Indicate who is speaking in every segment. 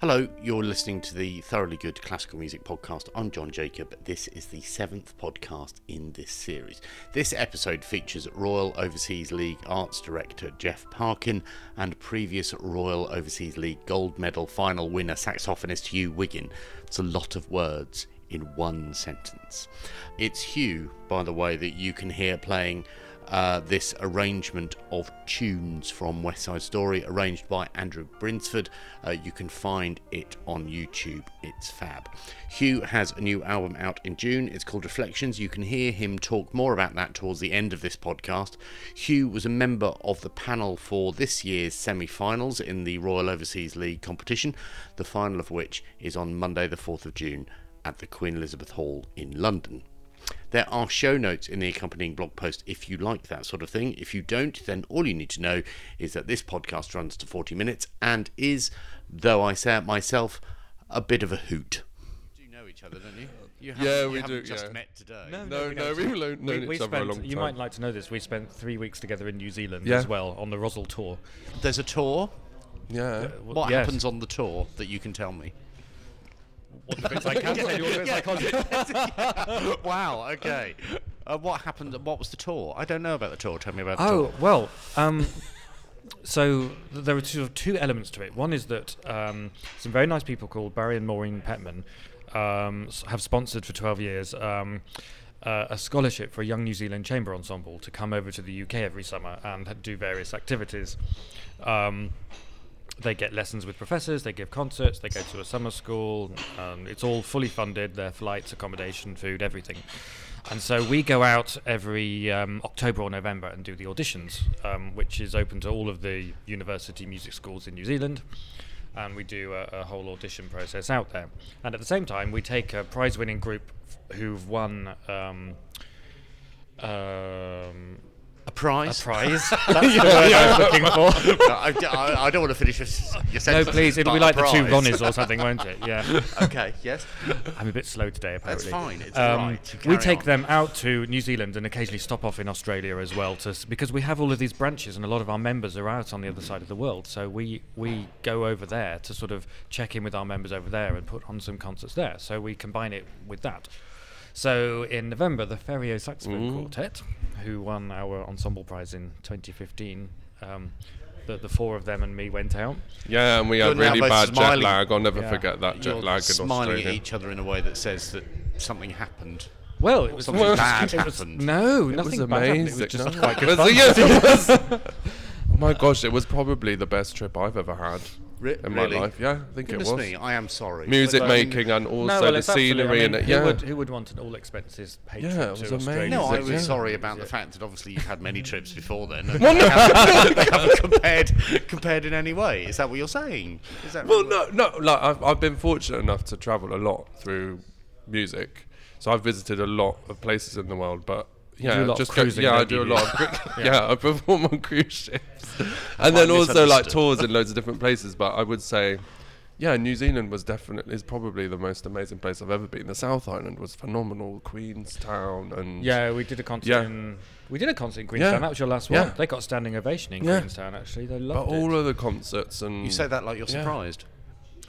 Speaker 1: Hello, you're listening to the Thoroughly Good Classical Music Podcast. I'm John Jacob. This is the seventh podcast in this series. This episode features Royal Overseas League Arts Director Jeff Parkin and previous Royal Overseas League gold medal final winner saxophonist Hugh Wiggin. It's a lot of words in one sentence. It's Hugh, by the way, that you can hear playing uh, this arrangement of tunes from West Side Story, arranged by Andrew Brinsford. Uh, you can find it on YouTube. It's fab. Hugh has a new album out in June. It's called Reflections. You can hear him talk more about that towards the end of this podcast. Hugh was a member of the panel for this year's semi finals in the Royal Overseas League competition, the final of which is on Monday, the 4th of June, at the Queen Elizabeth Hall in London. There are show notes in the accompanying blog post if you like that sort of thing. If you don't, then all you need to know is that this podcast runs to 40 minutes and is, though I say it myself, a bit of a hoot. You know each other, don't you? you haven't-
Speaker 2: Yeah,
Speaker 1: you
Speaker 2: we
Speaker 1: haven't
Speaker 2: do,
Speaker 1: Just
Speaker 2: yeah.
Speaker 1: met today.
Speaker 2: No,
Speaker 3: we
Speaker 2: no,
Speaker 3: don't.
Speaker 2: we've lo- known
Speaker 3: We,
Speaker 2: each
Speaker 3: we
Speaker 2: other
Speaker 3: spent,
Speaker 2: a long time.
Speaker 3: you might like to know this. We spent three weeks together in New Zealand
Speaker 2: Yeah.
Speaker 3: as well on the Rosal tour.
Speaker 1: There's a tour.
Speaker 2: yeah.
Speaker 3: W-
Speaker 1: What
Speaker 3: yes.
Speaker 1: happens on the tour that you can tell me?
Speaker 3: All the bits I can tell you, all the bits I can't tell you.
Speaker 1: wow. Okay. Uh, what happened? What was the tour? I don't know about the tour. Tell me about the tour.
Speaker 3: Oh well, um, so th- there are sort of two elements to it. One is that um, some very nice people called Barry and Maureen Petman um, s- have sponsored for 12 years um, uh, a scholarship for a young New Zealand chamber ensemble to come over to the UK every summer and ha- do various activities. Um, they get lessons with professors, they give concerts, they go to a summer school. Um, it's all fully funded, their flights, accommodation, food, everything. And so we go out every um, October or November and do the auditions, um, which is open to all of the university music schools in New Zealand. And we do a, a whole audition process out there. And at the same time, we take a prize winning group who've won. Um, um,
Speaker 1: A prize.
Speaker 3: a prize. That's the word I was looking for.
Speaker 1: No, I, I- I don't want to finish your, s- your
Speaker 3: No,
Speaker 1: sentence.
Speaker 3: please. It'll
Speaker 1: but
Speaker 3: be
Speaker 1: a
Speaker 3: like the two
Speaker 1: prize.
Speaker 3: Ronnies or something, won't it? Yeah.
Speaker 1: okay, yes.
Speaker 3: I'm a bit slow today, apparently. Um,
Speaker 1: fine, it's alright, you
Speaker 3: We
Speaker 1: carry
Speaker 3: take
Speaker 1: on.
Speaker 3: them out to New Zealand and occasionally stop off in Australia as well, to, s- because we have all of these branches and a lot of our members are out on the other side of the world. So we we go over there to sort of check in with our members over there and put on some concerts there. So we combine it with that. So in November, the Ferio Saxophone Quartet, who won our ensemble prize in 2015, um, the, the four of them and me went out.
Speaker 2: Yeah, and we had
Speaker 1: You're now
Speaker 2: really
Speaker 1: both
Speaker 2: bad
Speaker 1: smiling.
Speaker 2: jet lag. I'll never
Speaker 3: Yeah.
Speaker 2: forget that jet
Speaker 1: You're
Speaker 2: lag in
Speaker 1: smiling
Speaker 2: Australia.
Speaker 1: at each other in a way that says that something happened.
Speaker 3: Well, it was
Speaker 1: Something
Speaker 3: it was-
Speaker 1: bad
Speaker 3: it was-
Speaker 1: happened.
Speaker 3: No,
Speaker 2: it was
Speaker 3: nothing bad happened.
Speaker 2: amazing.
Speaker 3: It was just
Speaker 2: no?
Speaker 3: quite good
Speaker 2: It
Speaker 3: fun.
Speaker 2: was- yes, it was. Oh my gosh, it was probably the best trip I've ever had
Speaker 1: Re-
Speaker 2: in
Speaker 1: really?
Speaker 2: my life. Yeah, I think
Speaker 1: Goodness
Speaker 2: it was.
Speaker 1: me, I am sorry.
Speaker 2: Music
Speaker 1: But, um,
Speaker 2: making and also
Speaker 3: well,
Speaker 2: the
Speaker 3: it's absolutely-
Speaker 2: scenery
Speaker 3: I
Speaker 2: and
Speaker 3: mean,
Speaker 2: it.
Speaker 3: who
Speaker 2: Yeah,
Speaker 3: would, who would want an all expenses paid
Speaker 2: Yeah,
Speaker 3: trip
Speaker 2: it
Speaker 3: to
Speaker 2: was
Speaker 3: Australia?
Speaker 2: amazing.
Speaker 1: No, I
Speaker 2: Music,
Speaker 1: was
Speaker 2: yeah.
Speaker 1: sorry about the fact that obviously you've had many trips before then. And they, haven't, they haven't compared compared in any way. Is that what you're saying? Is that
Speaker 2: Well,
Speaker 1: really
Speaker 2: no, no. Like I've, I've been fortunate enough to travel a lot through music, so I've visited a lot of places in the world. But yeah,
Speaker 3: do a lot of
Speaker 2: just
Speaker 3: cruising,
Speaker 2: go, yeah, I
Speaker 3: don't
Speaker 2: do a
Speaker 3: you?
Speaker 2: lot. Of, cru- yeah. I perform on cruise ships, and then
Speaker 1: Quite
Speaker 2: also like
Speaker 1: misunderstood.
Speaker 2: tours in loads of different places. But I would say. Yeah, New Zealand was definitely is probably the most amazing place I've ever been. The South Island was phenomenal, Queenstown and
Speaker 3: Yeah, we did a concert
Speaker 2: Yeah.
Speaker 3: in we did a concert in Queenstown.
Speaker 2: Yeah.
Speaker 3: That was your last
Speaker 2: Yeah.
Speaker 3: one. They got a standing ovation in
Speaker 2: Yeah.
Speaker 3: Queenstown. Actually, they
Speaker 2: but
Speaker 3: loved
Speaker 2: all
Speaker 3: it.
Speaker 2: of the concerts and
Speaker 1: You say that like you're
Speaker 2: Yeah.
Speaker 1: surprised.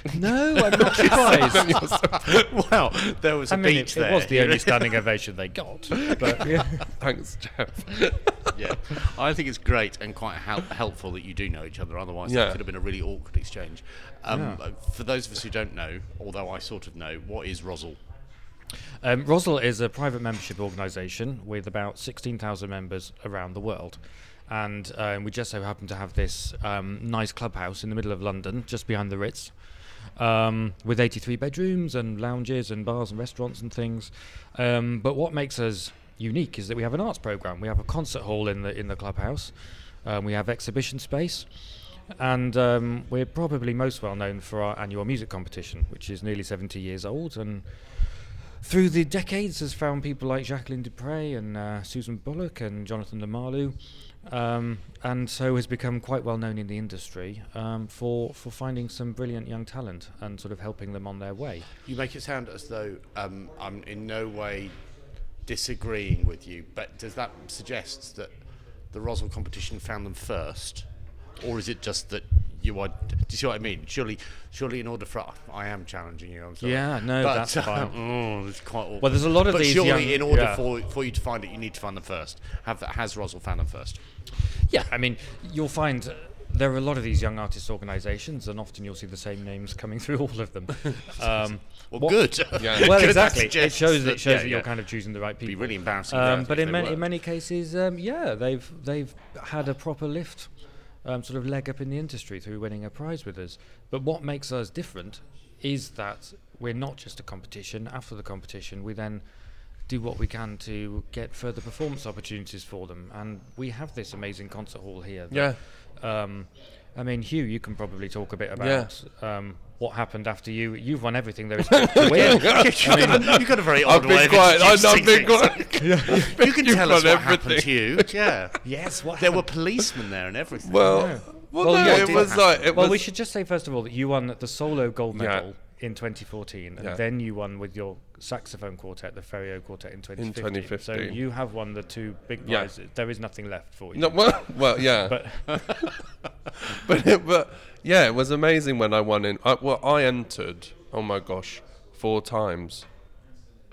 Speaker 3: no, I'm not surprised.
Speaker 1: wow, there was a
Speaker 3: I mean,
Speaker 1: beat
Speaker 3: it,
Speaker 1: there.
Speaker 3: it was the only standing ovation they got. But yeah.
Speaker 2: Thanks, Jeff.
Speaker 1: yeah, I think it's great and quite hel- helpful that you do know each other. Otherwise, it
Speaker 2: Yeah.
Speaker 1: could have been a really awkward exchange. Um, uh, For those of us who don't know, although I sort of know, what is Rosal?
Speaker 3: Um, Rosal is a private membership organisation with about 16,000 members around the world. And um, we just so happen to have this um, nice clubhouse in the middle of London, just behind the Ritz, um, with 83 bedrooms and lounges and bars and restaurants and things. Um, but what makes us unique is that we have an arts programme. We have a concert hall in the in the clubhouse. Um, we have exhibition space. And um, we're probably most well known for our annual music competition, which is nearly 70 years old and through the decades has found people like Jacqueline Dupre and uh, Susan Bullock and Jonathan Lamalu, um, and so has become quite well known in the industry um, for, for finding some brilliant young talent and sort of helping them on their way.
Speaker 1: You make it sound as though um, I'm in no way disagreeing with you, but does that suggest that the Roswell competition found them first, or is it just that you are? Do you see what I mean? Surely, surely, in order for I am challenging you. I'm sorry.
Speaker 3: Yeah, no,
Speaker 1: but,
Speaker 3: that's fine.
Speaker 1: oh, it's quite awful.
Speaker 3: Well, there's a lot of
Speaker 1: but
Speaker 3: these
Speaker 1: surely,
Speaker 3: young-
Speaker 1: in order
Speaker 3: yeah.
Speaker 1: for for you to find it, you need to find them first. Have has Roswell found them first?
Speaker 3: Yeah, I mean, you'll find uh, there are a lot of these young artist organisations, and often you'll see the same names coming through all of them. Um,
Speaker 1: Well,
Speaker 3: what-
Speaker 1: good.
Speaker 2: Yeah.
Speaker 1: Good,
Speaker 3: Well,
Speaker 1: that
Speaker 3: exactly. It
Speaker 1: suggests
Speaker 3: shows that, it shows
Speaker 1: yeah,
Speaker 3: that you're
Speaker 1: yeah.
Speaker 3: kind of choosing the right
Speaker 1: It'd be
Speaker 3: people.
Speaker 1: really embarrassing.
Speaker 3: Um,
Speaker 1: if
Speaker 3: but
Speaker 1: they
Speaker 3: in many,
Speaker 1: were.
Speaker 3: in many cases, um, yeah, they've they've had a proper lift, um, sort of leg up in the industry through winning a prize with us. But what makes us different is that we're not just a competition. After the competition, we then do what we can to get further performance opportunities for them, and we have this amazing concert hall here. that, Um, I mean, Hugh, you can probably talk a bit about um, what happened after you. You've won everything there is to win.
Speaker 1: You've got a very odd
Speaker 2: I've
Speaker 1: way
Speaker 2: been
Speaker 1: of
Speaker 2: quite. I-
Speaker 1: introducing
Speaker 2: I've been
Speaker 1: things.
Speaker 2: quite.
Speaker 1: You can
Speaker 2: You've
Speaker 1: tell us what
Speaker 2: done
Speaker 1: happened to
Speaker 2: everything.
Speaker 1: you. Yeah.
Speaker 3: yes, what
Speaker 1: There were policemen there and everything.
Speaker 2: Well, well,
Speaker 3: Well,
Speaker 2: no,
Speaker 3: yeah,
Speaker 2: it
Speaker 3: it
Speaker 2: was
Speaker 1: did
Speaker 2: like it
Speaker 3: Well,
Speaker 2: was.
Speaker 3: we should just say first of all that you won the solo gold
Speaker 2: Yeah.
Speaker 3: medal in 2014, and
Speaker 2: Yeah.
Speaker 3: then you won with your saxophone quartet, the Ferio Quartet, in 2015. So
Speaker 2: 2015.
Speaker 3: you have won the two big
Speaker 2: Yeah.
Speaker 3: prizes. There is nothing left for you.
Speaker 2: No, well, well, yeah.
Speaker 3: But
Speaker 2: but it, but yeah, it was amazing when I won in. I, well, I entered. Oh my gosh, four times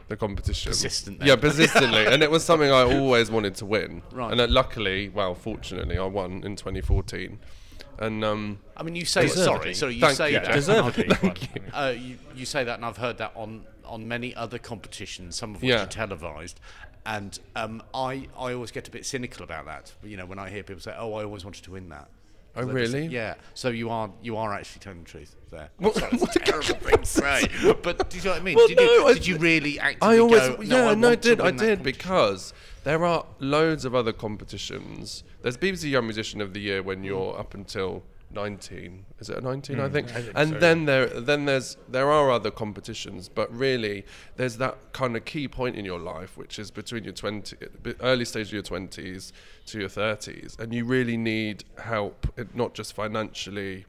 Speaker 2: the competition.
Speaker 1: Persistent then.
Speaker 2: Yeah, persistently, and it was something I always wanted to win.
Speaker 1: Right.
Speaker 2: And uh, luckily, well, fortunately, I won in 2014, and um,
Speaker 1: I mean, you say sorry.
Speaker 3: Deservedly.
Speaker 1: Sorry, you
Speaker 2: Thank
Speaker 1: say
Speaker 2: you,
Speaker 1: that.
Speaker 3: deservedly. you won.
Speaker 1: Uh, you, you say that, and I've heard that on, on many other competitions, some of which
Speaker 2: Yeah.
Speaker 1: are televised. And um, I, I always get a bit cynical about that. You know, when I hear people say, "Oh, I always wanted to win that."
Speaker 2: Oh,
Speaker 1: So they just-
Speaker 2: really?
Speaker 1: yeah. So you are you are actually telling the truth there.
Speaker 2: What-
Speaker 1: Sorry, it's
Speaker 2: what
Speaker 1: a
Speaker 2: a
Speaker 1: terrible thing to say. But do you know what I mean?
Speaker 2: Well,
Speaker 1: did, you,
Speaker 2: no, I-
Speaker 1: did you really actively
Speaker 2: I always,
Speaker 1: go,
Speaker 2: yeah,
Speaker 1: "No, I,
Speaker 2: no, I
Speaker 1: want to
Speaker 2: did, I
Speaker 1: win that
Speaker 2: did
Speaker 1: competition"?
Speaker 2: because there are loads of other competitions. There's BBC Young Musician of the Year when
Speaker 1: Mm.
Speaker 2: you're up until 19. Is it 19? I think. and then there, then there's there are other competitions, but really there's that kind of key point in your life, which is between your 20, b- early stage of your 20s to your 30s, and you really need help, it- not just financially.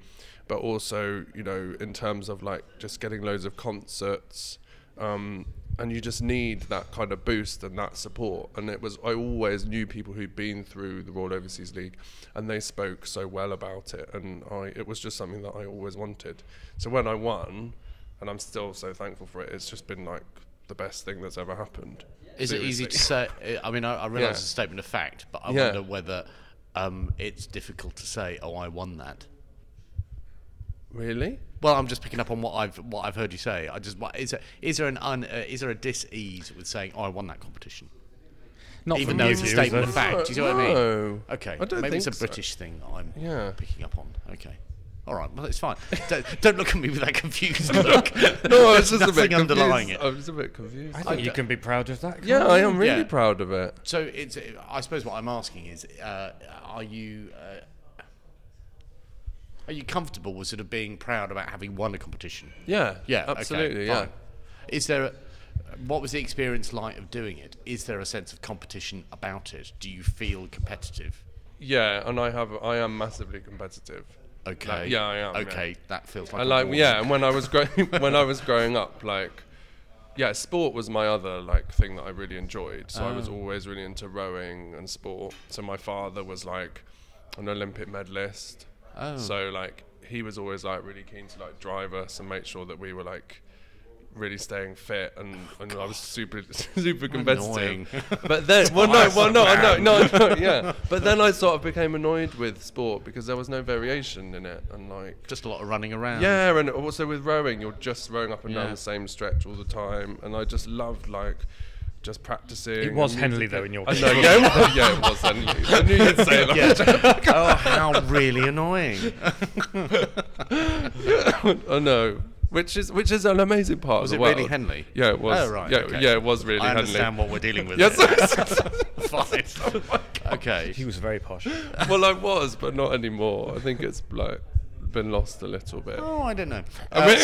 Speaker 2: But also, you know, in terms of like just getting loads of concerts, um, and you just need that kind of boost and that support. And it was I always knew people who'd been through the Royal Overseas League, and they spoke so well about it, and I it was just something that I always wanted. So when I won, and I'm still so thankful for it, it's just been like the best thing that's ever happened.
Speaker 1: Is it easy to
Speaker 2: Seriously.
Speaker 1: say? I mean, I, I realise
Speaker 2: Yeah.
Speaker 1: it's a statement of fact, but I
Speaker 2: Yeah.
Speaker 1: wonder whether um, it's difficult to say, "Oh, I won that."
Speaker 2: Really?
Speaker 1: Well, I'm just picking up on what I've what I've heard you say. I just what- is there, is there an un, uh, is there a dis-ease with saying, "Oh, I won that competition,"
Speaker 3: Not
Speaker 1: even
Speaker 3: from
Speaker 1: though
Speaker 3: you,
Speaker 1: it's a
Speaker 3: Hugh,
Speaker 1: statement
Speaker 3: is
Speaker 1: of
Speaker 3: there?
Speaker 1: fact? Do you see what I mean?
Speaker 2: No.
Speaker 1: Okay,
Speaker 2: I don't
Speaker 1: maybe it's a
Speaker 2: think so.
Speaker 1: British thing that I'm
Speaker 2: Yeah.
Speaker 1: picking up on. Okay. All right, well, it's fine. Don't, don't look at me with that confused look.
Speaker 2: No,
Speaker 1: There's
Speaker 2: it's just a
Speaker 1: nothing
Speaker 2: bit confused.
Speaker 1: underlying it.
Speaker 2: I was a bit confused.
Speaker 3: I think you can be proud of that.
Speaker 2: yeah,
Speaker 3: can't
Speaker 2: I
Speaker 3: you?
Speaker 2: am really
Speaker 1: Yeah.
Speaker 2: proud of it.
Speaker 1: So it's. I suppose what I'm asking is, uh, are you uh, are you comfortable with sort of being proud about having won a competition?
Speaker 2: Yeah.
Speaker 1: Yeah, okay,
Speaker 2: Absolutely. yeah.
Speaker 1: fine. Is there? A, what was the experience like of doing it? Is there a sense of competition about it? Do you feel competitive?
Speaker 2: Yeah, and I have. I am massively competitive.
Speaker 1: Okay.
Speaker 2: Like, yeah, I am. yeah.
Speaker 1: Okay, that feels like.
Speaker 2: I
Speaker 1: a
Speaker 2: like
Speaker 1: warning.
Speaker 2: yeah, and when I was growing when I was growing up, like yeah, sport was my other like thing that I really enjoyed. So I
Speaker 1: Ah.
Speaker 2: was always really into rowing and sport. So my father was like an Olympic medalist.
Speaker 1: Oh.
Speaker 2: So like he was always like really keen to like drive us and make sure that we were like really staying fit and, and I was super super
Speaker 1: Annoying.
Speaker 2: competitive. But then well no well no I know no, no yeah. But then I sort of became annoyed with sport because there was no variation in it and like
Speaker 1: Just a lot of running around.
Speaker 2: yeah, and also with rowing, you're just rowing up and
Speaker 1: Yeah.
Speaker 2: down the same stretch all the time, and I just loved like just practicing.
Speaker 3: It was
Speaker 2: and
Speaker 3: Henley
Speaker 2: music-
Speaker 3: though in your
Speaker 2: I
Speaker 3: case.
Speaker 2: know, yeah, it was, yeah, it was Henley. I knew you'd say that.
Speaker 1: oh, how really annoying!
Speaker 2: I know. which is which is an amazing part.
Speaker 1: Was
Speaker 2: of
Speaker 1: it
Speaker 2: the world.
Speaker 1: really Henley?
Speaker 2: Yeah, it was.
Speaker 1: Oh, right,
Speaker 2: Yeah,
Speaker 1: okay.
Speaker 2: yeah, it was really
Speaker 1: I
Speaker 2: Henley.
Speaker 1: understand what we're dealing with.
Speaker 2: Yes. Oh
Speaker 1: here. Fine. okay.
Speaker 3: He was very posh.
Speaker 2: well, I was, but not anymore. I think it's like been lost a little bit.
Speaker 1: Oh, I don't know. Uh,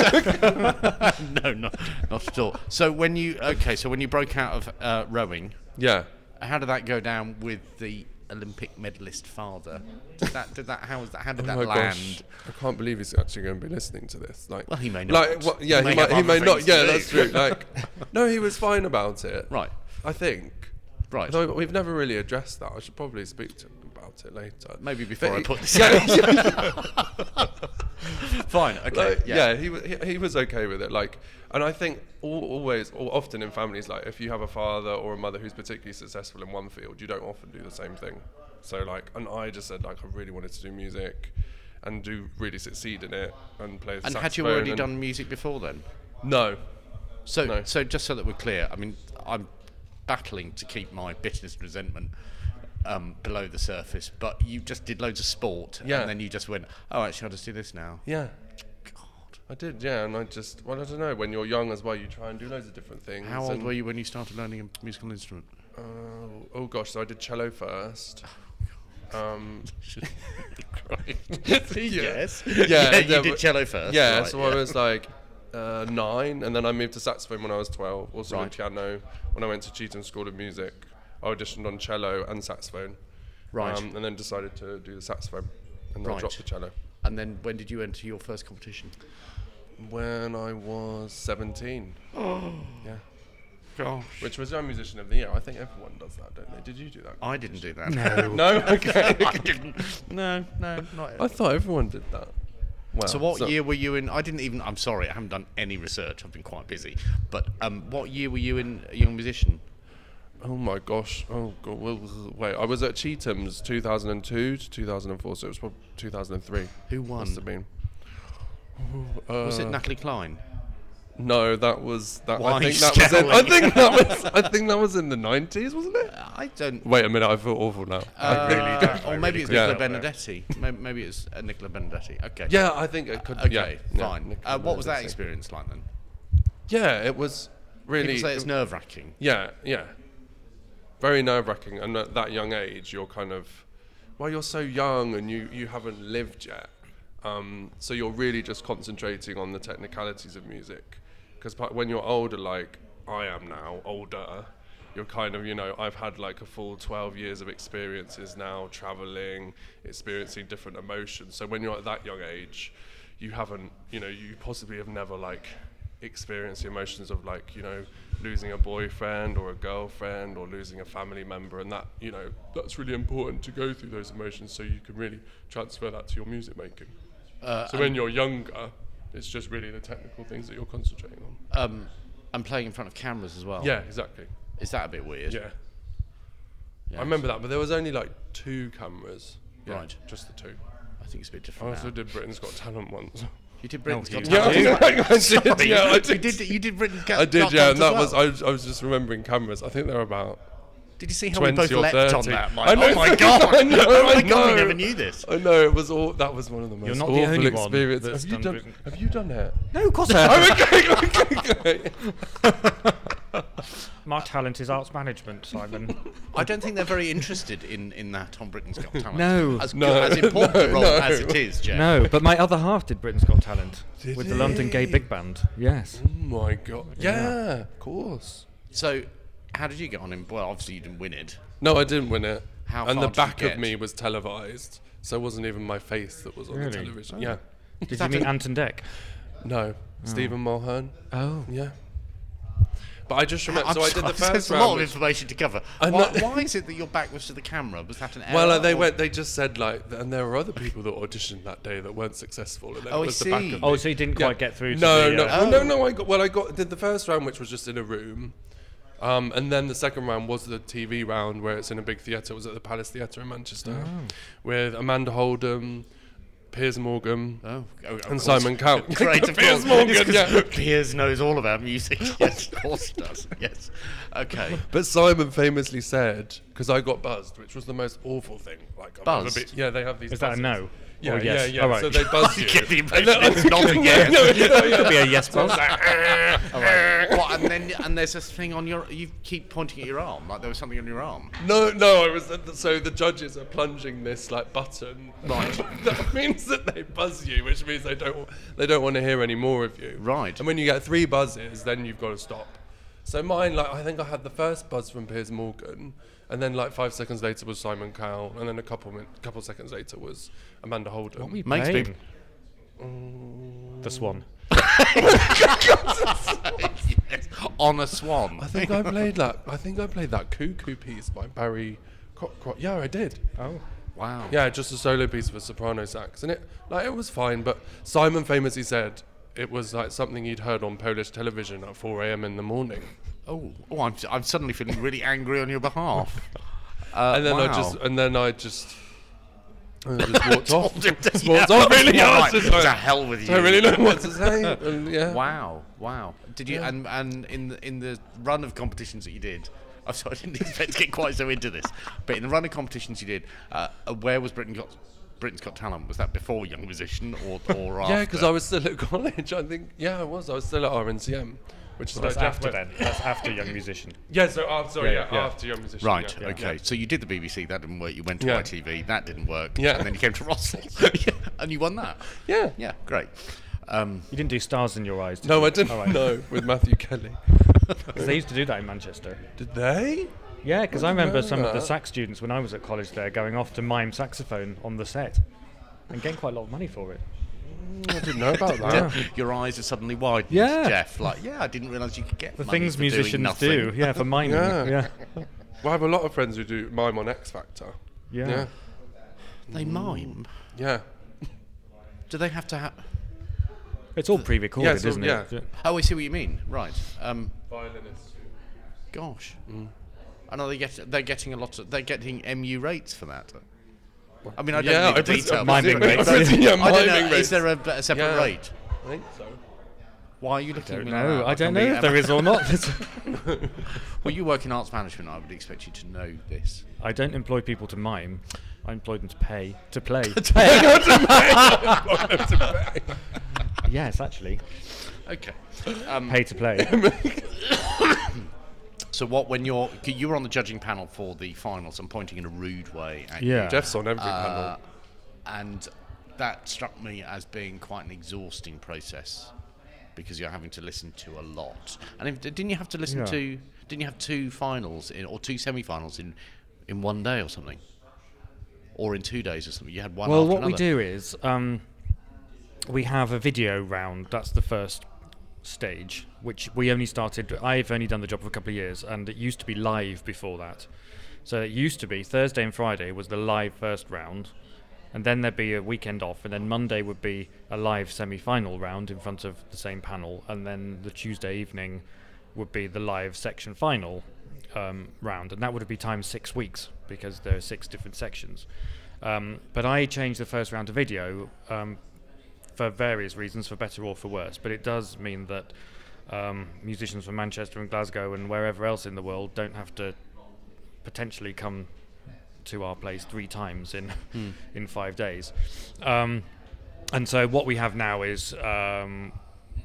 Speaker 1: so- no, not not at all. So when you okay, so when you broke out of uh, rowing,
Speaker 2: Yeah.
Speaker 1: how did that go down with the Olympic medalist father? Did that did that how was that how did that
Speaker 2: oh my
Speaker 1: land?
Speaker 2: gosh, I can't believe he's actually going to be listening to this. Like,
Speaker 1: Well, he may
Speaker 2: Like,
Speaker 1: not.
Speaker 2: what- yeah,
Speaker 1: He
Speaker 2: he,
Speaker 1: may
Speaker 2: might.
Speaker 1: have
Speaker 2: He may
Speaker 1: other
Speaker 2: not.
Speaker 1: things
Speaker 2: Yeah,
Speaker 1: to
Speaker 2: that's
Speaker 1: do.
Speaker 2: true. Like, no, he was fine about it.
Speaker 1: Right.
Speaker 2: I think.
Speaker 1: Right.
Speaker 2: Although we've never really addressed that. I should probably speak to him about it later.
Speaker 1: Maybe before
Speaker 2: But
Speaker 1: I
Speaker 2: he-
Speaker 1: put this
Speaker 2: Yeah, yeah.
Speaker 1: Fine. Okay.
Speaker 2: Like,
Speaker 1: yeah.
Speaker 2: yeah. he was he, he was okay with it. Like, and I think all, always, or often in families, like if you have a father or a mother who's particularly successful in one field, you don't often do the same thing. So like, and I just said like I really wanted to do music, and do really succeed in it and play. The
Speaker 1: And had you
Speaker 2: saxophone
Speaker 1: already
Speaker 2: and-
Speaker 1: done music before then?
Speaker 2: No.
Speaker 1: So,
Speaker 2: No.
Speaker 1: so just so that we're clear, I mean, I'm battling to keep my bitterness and resentment um, below the surface, but you just did loads of sport,
Speaker 2: Yeah.
Speaker 1: and then you just went, "Oh, actually, I'll just do this now."
Speaker 2: Yeah. I did, yeah, and I just well, I don't know. When you're young as well, you try and do loads of different things.
Speaker 1: How old
Speaker 2: and-
Speaker 1: were you when you started learning a musical instrument?
Speaker 2: Oh, oh gosh, so I did cello first.
Speaker 1: Oh,
Speaker 2: Um,
Speaker 1: yes.
Speaker 2: Yeah,
Speaker 1: Yeah, you
Speaker 2: and then
Speaker 1: did
Speaker 2: we-
Speaker 1: cello first.
Speaker 2: yeah,
Speaker 1: right,
Speaker 2: so I was like uh, nine, and then I moved to saxophone when I was 12, also did
Speaker 1: Right.
Speaker 2: piano. When I went to Cheetham School of Music, I auditioned on cello and saxophone.
Speaker 1: Right.
Speaker 2: Um, and then decided to do the saxophone, and then
Speaker 1: Right.
Speaker 2: I dropped the cello.
Speaker 1: And then when did you enter your first competition?
Speaker 2: When I was 17. Yeah.
Speaker 1: Gosh.
Speaker 2: Which was Young Musician of the Year. I think everyone does that, don't they? Did you do that?
Speaker 1: I didn't do that.
Speaker 2: no, okay.
Speaker 1: I didn't. No, no, not.
Speaker 2: I thought everyone did that. Well,
Speaker 1: So what
Speaker 2: so-
Speaker 1: year were you in? I didn't even. I'm sorry, I haven't done any research. I've been quite busy. But um, what year were you in a young musician?
Speaker 2: Oh my gosh. Oh god. Well, wait. I was at Cheatham's 2002 to 2004, so it was probably 2003.
Speaker 1: Who won?
Speaker 2: Must have been.
Speaker 1: Was it Natalie Klein?
Speaker 2: No, that was that.
Speaker 1: Why
Speaker 2: I think that was. In, I
Speaker 1: scowling?
Speaker 2: think that was. I think that was in the 90s, wasn't it?
Speaker 1: I don't.
Speaker 2: Wait a minute. I feel awful now.
Speaker 1: uh,
Speaker 4: don't. I
Speaker 1: Or
Speaker 4: really
Speaker 1: maybe it's Nicola
Speaker 2: couldn't
Speaker 4: help that.
Speaker 1: Benedetti. May- Maybe it's uh, Nicola Benedetti. Okay.
Speaker 2: yeah, I think it could.
Speaker 1: Okay.
Speaker 2: yeah, yeah,
Speaker 1: fine.
Speaker 2: Nicola
Speaker 1: uh, what was that
Speaker 2: Benedetti.
Speaker 1: experience like then?
Speaker 2: Yeah, it was really.
Speaker 1: People say it's nerve wracking.
Speaker 2: Yeah, yeah. Very nerve wracking. And at that young age, you're kind of, well, you're so young and you, you haven't lived yet. Um, so you're really just concentrating on the technicalities of music. Because when you're older, like I am now, older, you're kind of, you know, I've had like a full 12 years of experiences now, traveling, experiencing different emotions. So when you're at that young age, you haven't, you know, you possibly have never like experience the emotions of like you know losing a boyfriend or a girlfriend or losing a family member and that you know that's really important to go through those emotions so you can really transfer that to your music making
Speaker 1: Uh,
Speaker 2: so when you're younger it's just really the technical things that you're concentrating on
Speaker 1: Um, and playing in front of cameras as well.
Speaker 2: yeah exactly
Speaker 1: Is that a bit weird?
Speaker 2: yeah
Speaker 1: Yes.
Speaker 2: i remember that but there was only like two cameras Yeah,
Speaker 1: Right.
Speaker 2: just the two
Speaker 1: I think it's a bit
Speaker 2: i
Speaker 1: different.
Speaker 2: also
Speaker 1: now.
Speaker 2: did britain's got talent once
Speaker 1: You did Britain's
Speaker 3: you-
Speaker 1: Got
Speaker 2: yeah,
Speaker 1: Talent.
Speaker 2: I did, yeah i
Speaker 1: You
Speaker 2: did
Speaker 1: did. You did Britain's Got
Speaker 2: I did,
Speaker 1: Got
Speaker 2: yeah,
Speaker 1: Talent
Speaker 2: and that
Speaker 1: as well.
Speaker 2: was I, was I was just remembering cameras. I think they're about
Speaker 1: Did you see how we
Speaker 2: 20
Speaker 1: both
Speaker 2: or
Speaker 1: leapt
Speaker 2: 30.
Speaker 1: on that? Mike?
Speaker 2: I know,
Speaker 1: oh my god!
Speaker 2: I know,
Speaker 1: oh my
Speaker 2: I
Speaker 1: god! We
Speaker 2: know.
Speaker 1: never knew this.
Speaker 2: I know it was all. That was one of the most
Speaker 3: not the
Speaker 2: awful
Speaker 3: only one
Speaker 2: experiences.
Speaker 3: that's
Speaker 2: Have you
Speaker 3: done
Speaker 2: done?
Speaker 3: Britain.
Speaker 2: Have you done that? Oh,
Speaker 3: no, of course I have.
Speaker 2: okay, okay, okay.
Speaker 3: My talent is arts management, Simon.
Speaker 1: I don't think they're very interested in, in that on Britain's Got Talent.
Speaker 3: No.
Speaker 1: as,
Speaker 2: No,
Speaker 1: good- as important a
Speaker 2: no,
Speaker 1: role
Speaker 2: no.
Speaker 1: as it is, Jeff.
Speaker 3: no, but my other half did Britain's Got Talent with the London Gay Big Band. Yes.
Speaker 2: oh my god. Yeah, of course.
Speaker 1: So, how did you get on in? Well, obviously you didn't win it.
Speaker 2: No, I didn't win it.
Speaker 1: How
Speaker 2: and
Speaker 1: far
Speaker 2: the
Speaker 1: did you
Speaker 2: back of
Speaker 1: get?
Speaker 2: me was televised, so it wasn't even my face that was on
Speaker 3: Really?
Speaker 2: the television.
Speaker 1: Oh.
Speaker 2: Yeah.
Speaker 3: Did you meet Anton Deck?
Speaker 2: No,
Speaker 1: Hmm.
Speaker 2: Stephen Mulhern.
Speaker 3: Oh.
Speaker 2: Yeah. But I just remember.
Speaker 1: I'm
Speaker 2: So I did
Speaker 1: sorry,
Speaker 2: the first
Speaker 1: There's a lot
Speaker 2: round.
Speaker 1: of
Speaker 2: which-
Speaker 1: information to cover.
Speaker 2: I
Speaker 1: Why,
Speaker 2: know.
Speaker 1: why is it that your back was to the camera? Was that an error?
Speaker 2: Well, uh, they
Speaker 1: or-
Speaker 2: went. They just said like, th- and there were other people that auditioned that day that weren't successful. And then
Speaker 1: Oh,
Speaker 2: it
Speaker 1: I
Speaker 2: was the back
Speaker 1: see. Oh.
Speaker 2: of
Speaker 3: Oh,
Speaker 2: me.
Speaker 3: so you didn't
Speaker 2: Yeah.
Speaker 3: quite get through to
Speaker 2: No,
Speaker 3: the,
Speaker 2: no,
Speaker 3: uh,
Speaker 2: well, no, no. I got. Well, I got did the first round, which was just in a room, um, and then the second round was the TV round, where it's in a big theatre. It was at the Palace Theatre in Manchester,
Speaker 1: Oh.
Speaker 2: with Amanda Holdem, Piers Morgan,
Speaker 1: Oh, oh, of
Speaker 2: and
Speaker 1: course.
Speaker 2: Simon Cowell.
Speaker 1: Great, of
Speaker 2: Piers
Speaker 1: course.
Speaker 2: Morgan,
Speaker 1: It's 'cause
Speaker 2: yeah.
Speaker 1: Piers knows all about music. Yes, of course he does. Yes. Okay.
Speaker 2: But Simon famously said, 'cause because I got buzzed, which was the most awful thing. Like I've ever
Speaker 1: Buzzed?
Speaker 2: been- yeah, they have these.
Speaker 3: Is that a
Speaker 2: buzzers.
Speaker 3: no?
Speaker 2: Yeah,
Speaker 3: Or a yes?
Speaker 2: yeah, yeah.
Speaker 3: All right.
Speaker 2: So they buzz you.
Speaker 1: Get the impression
Speaker 2: And then-
Speaker 1: it's not a yes.
Speaker 2: No, yeah, yeah.
Speaker 3: Could be a yes buzz.
Speaker 1: All right. What, and then and there's this thing on your. You keep pointing at your arm, like there was something on your arm.
Speaker 2: No, no, it was so the judges are plunging this like button. Right. that means that they buzz you, which means they don't they don't want to hear any more of you.
Speaker 1: Right.
Speaker 2: And when you get three buzzes, then you've got to stop. So mine, like I think I had the first buzz from Piers Morgan, and then like five seconds later was Simon Cowell, and then a couple min- couple seconds later was Amanda Holden.
Speaker 3: What were you
Speaker 1: Makes
Speaker 3: playing?
Speaker 1: me-
Speaker 3: The
Speaker 2: Mm,
Speaker 3: Swan.
Speaker 1: Yes, On a swan.
Speaker 2: I think I played that. I think I played that cuckoo piece by Barry Cockcroft. Yeah, I did.
Speaker 3: Oh.
Speaker 1: Wow.
Speaker 2: Yeah, just a solo piece for soprano sax, and it like it was fine. But Simon famously said it was like something he'd heard on Polish television at 4 a.m. in the morning,
Speaker 1: Oh, oh I'm, I'm suddenly feeling really angry on your behalf. Uh,
Speaker 2: and then
Speaker 1: wow.
Speaker 2: I just and then I just, I just walked off.
Speaker 1: Told him to-
Speaker 2: Just
Speaker 1: yeah,
Speaker 2: walked off. Really,
Speaker 1: all
Speaker 2: I
Speaker 1: right,
Speaker 2: was just
Speaker 1: To
Speaker 2: like,
Speaker 1: hell with you.
Speaker 2: don't really know what to say. And, yeah.
Speaker 1: Wow, wow. Did you and and in the, in the run of competitions that you did? I'm sorry, I didn't expect to get quite so into this, but in the run of competitions you did, uh, uh, where was Britain got Britain's Got Talent? Was that before Young Musician or or after?
Speaker 2: Yeah, because I was still at college. I think yeah, I was. I was still at RNCM, which is
Speaker 3: That's
Speaker 2: like
Speaker 3: after
Speaker 2: Jeff West-
Speaker 3: then. That's after Young Musician.
Speaker 2: Yeah, so after sorry,
Speaker 3: Yeah,
Speaker 2: yeah,
Speaker 3: yeah.
Speaker 2: after your musician.
Speaker 1: Right.
Speaker 2: yeah.
Speaker 1: Okay. So you did the BBC. That didn't work. You went to
Speaker 2: Yeah.
Speaker 1: ITV. That didn't work.
Speaker 2: Yeah.
Speaker 1: And then you came to Russell. And you won that.
Speaker 2: Yeah.
Speaker 1: Yeah. Great. Um,
Speaker 3: You didn't do Stars in Your Eyes. Did
Speaker 2: No,
Speaker 3: you?
Speaker 2: I didn't
Speaker 3: All right.
Speaker 2: know with Matthew Kelly.
Speaker 3: 'Cause they used to do that in Manchester.
Speaker 2: Did they?
Speaker 3: Yeah, because I remember some of the
Speaker 2: that.
Speaker 3: sax students when I was at college there going off to mime saxophone on the set and getting quite a lot of money for it.
Speaker 2: I didn't know about that.
Speaker 1: Je- your eyes are suddenly widened,
Speaker 3: Yeah.
Speaker 1: Jeff. Like, yeah, I didn't realise you could get
Speaker 3: The
Speaker 1: money
Speaker 3: things
Speaker 1: for doing
Speaker 3: musicians
Speaker 1: nothing.
Speaker 3: do, yeah, for miming.
Speaker 2: Yeah.
Speaker 3: Yeah.
Speaker 2: Well, I have a lot of friends who do mime on X Factor.
Speaker 3: Yeah.
Speaker 2: Yeah.
Speaker 1: They mime.
Speaker 2: Yeah.
Speaker 1: Do they have to have?
Speaker 3: It's all pre recorded,
Speaker 2: Yeah, so-
Speaker 3: isn't
Speaker 2: yeah.
Speaker 3: it?
Speaker 1: Oh, I see what you mean. Right. Um,
Speaker 2: Violinist.
Speaker 1: gosh. I know they get they're getting a lot of they're getting MU rates for that. I mean, I don't
Speaker 2: Yeah,
Speaker 1: know
Speaker 2: I
Speaker 1: the
Speaker 2: presume-
Speaker 1: detail.
Speaker 3: Miming
Speaker 1: but-
Speaker 3: rates.
Speaker 2: Yeah,
Speaker 1: I don't know.
Speaker 2: miming
Speaker 1: Is
Speaker 2: rates.
Speaker 1: there a, a separate
Speaker 2: Yeah.
Speaker 1: rate?
Speaker 2: I think so.
Speaker 1: Why are you looking at me like
Speaker 3: No,
Speaker 1: that?
Speaker 3: I don't
Speaker 1: I'm
Speaker 3: know
Speaker 1: being-
Speaker 3: if there is or not.
Speaker 1: Well, you work in arts management. I would expect you to know this.
Speaker 3: I don't employ people to mime. I employ them to pay to play. yes, actually,
Speaker 1: Okay. Um,
Speaker 3: pay to play.
Speaker 1: so what when you're 'cause you were on the judging panel for the finals? I'm pointing in a rude way at you.
Speaker 3: Yeah,
Speaker 2: Jeff's on every
Speaker 1: Uh,
Speaker 2: panel.
Speaker 1: and that struck me as being quite an exhausting process because you're having to listen to a lot. And if, didn't you have to listen
Speaker 3: Yeah.
Speaker 1: to? Didn't you have two finals in or two semi-finals in in one day or something? Or in two days or something. You had one.
Speaker 3: Well,
Speaker 1: after
Speaker 3: what we
Speaker 1: another.
Speaker 3: do is um, we have a video round. That's the first stage, which we only started. I've only done the job for a couple of years, and it used to be live before that. So it used to be Thursday and Friday was the live first round, and then there'd be a weekend off, and then Monday would be a live semi-final round in front of the same panel, and then the Tuesday evening would be the live section final um, round, and that would be times six weeks because there are six different sections. Um, but I changed the first round to video um, for various reasons, for better or for worse. But it does mean that um, musicians from Manchester and Glasgow and wherever else in the world don't have to potentially come to our place three times in in five days. Um, and so what we have now is um,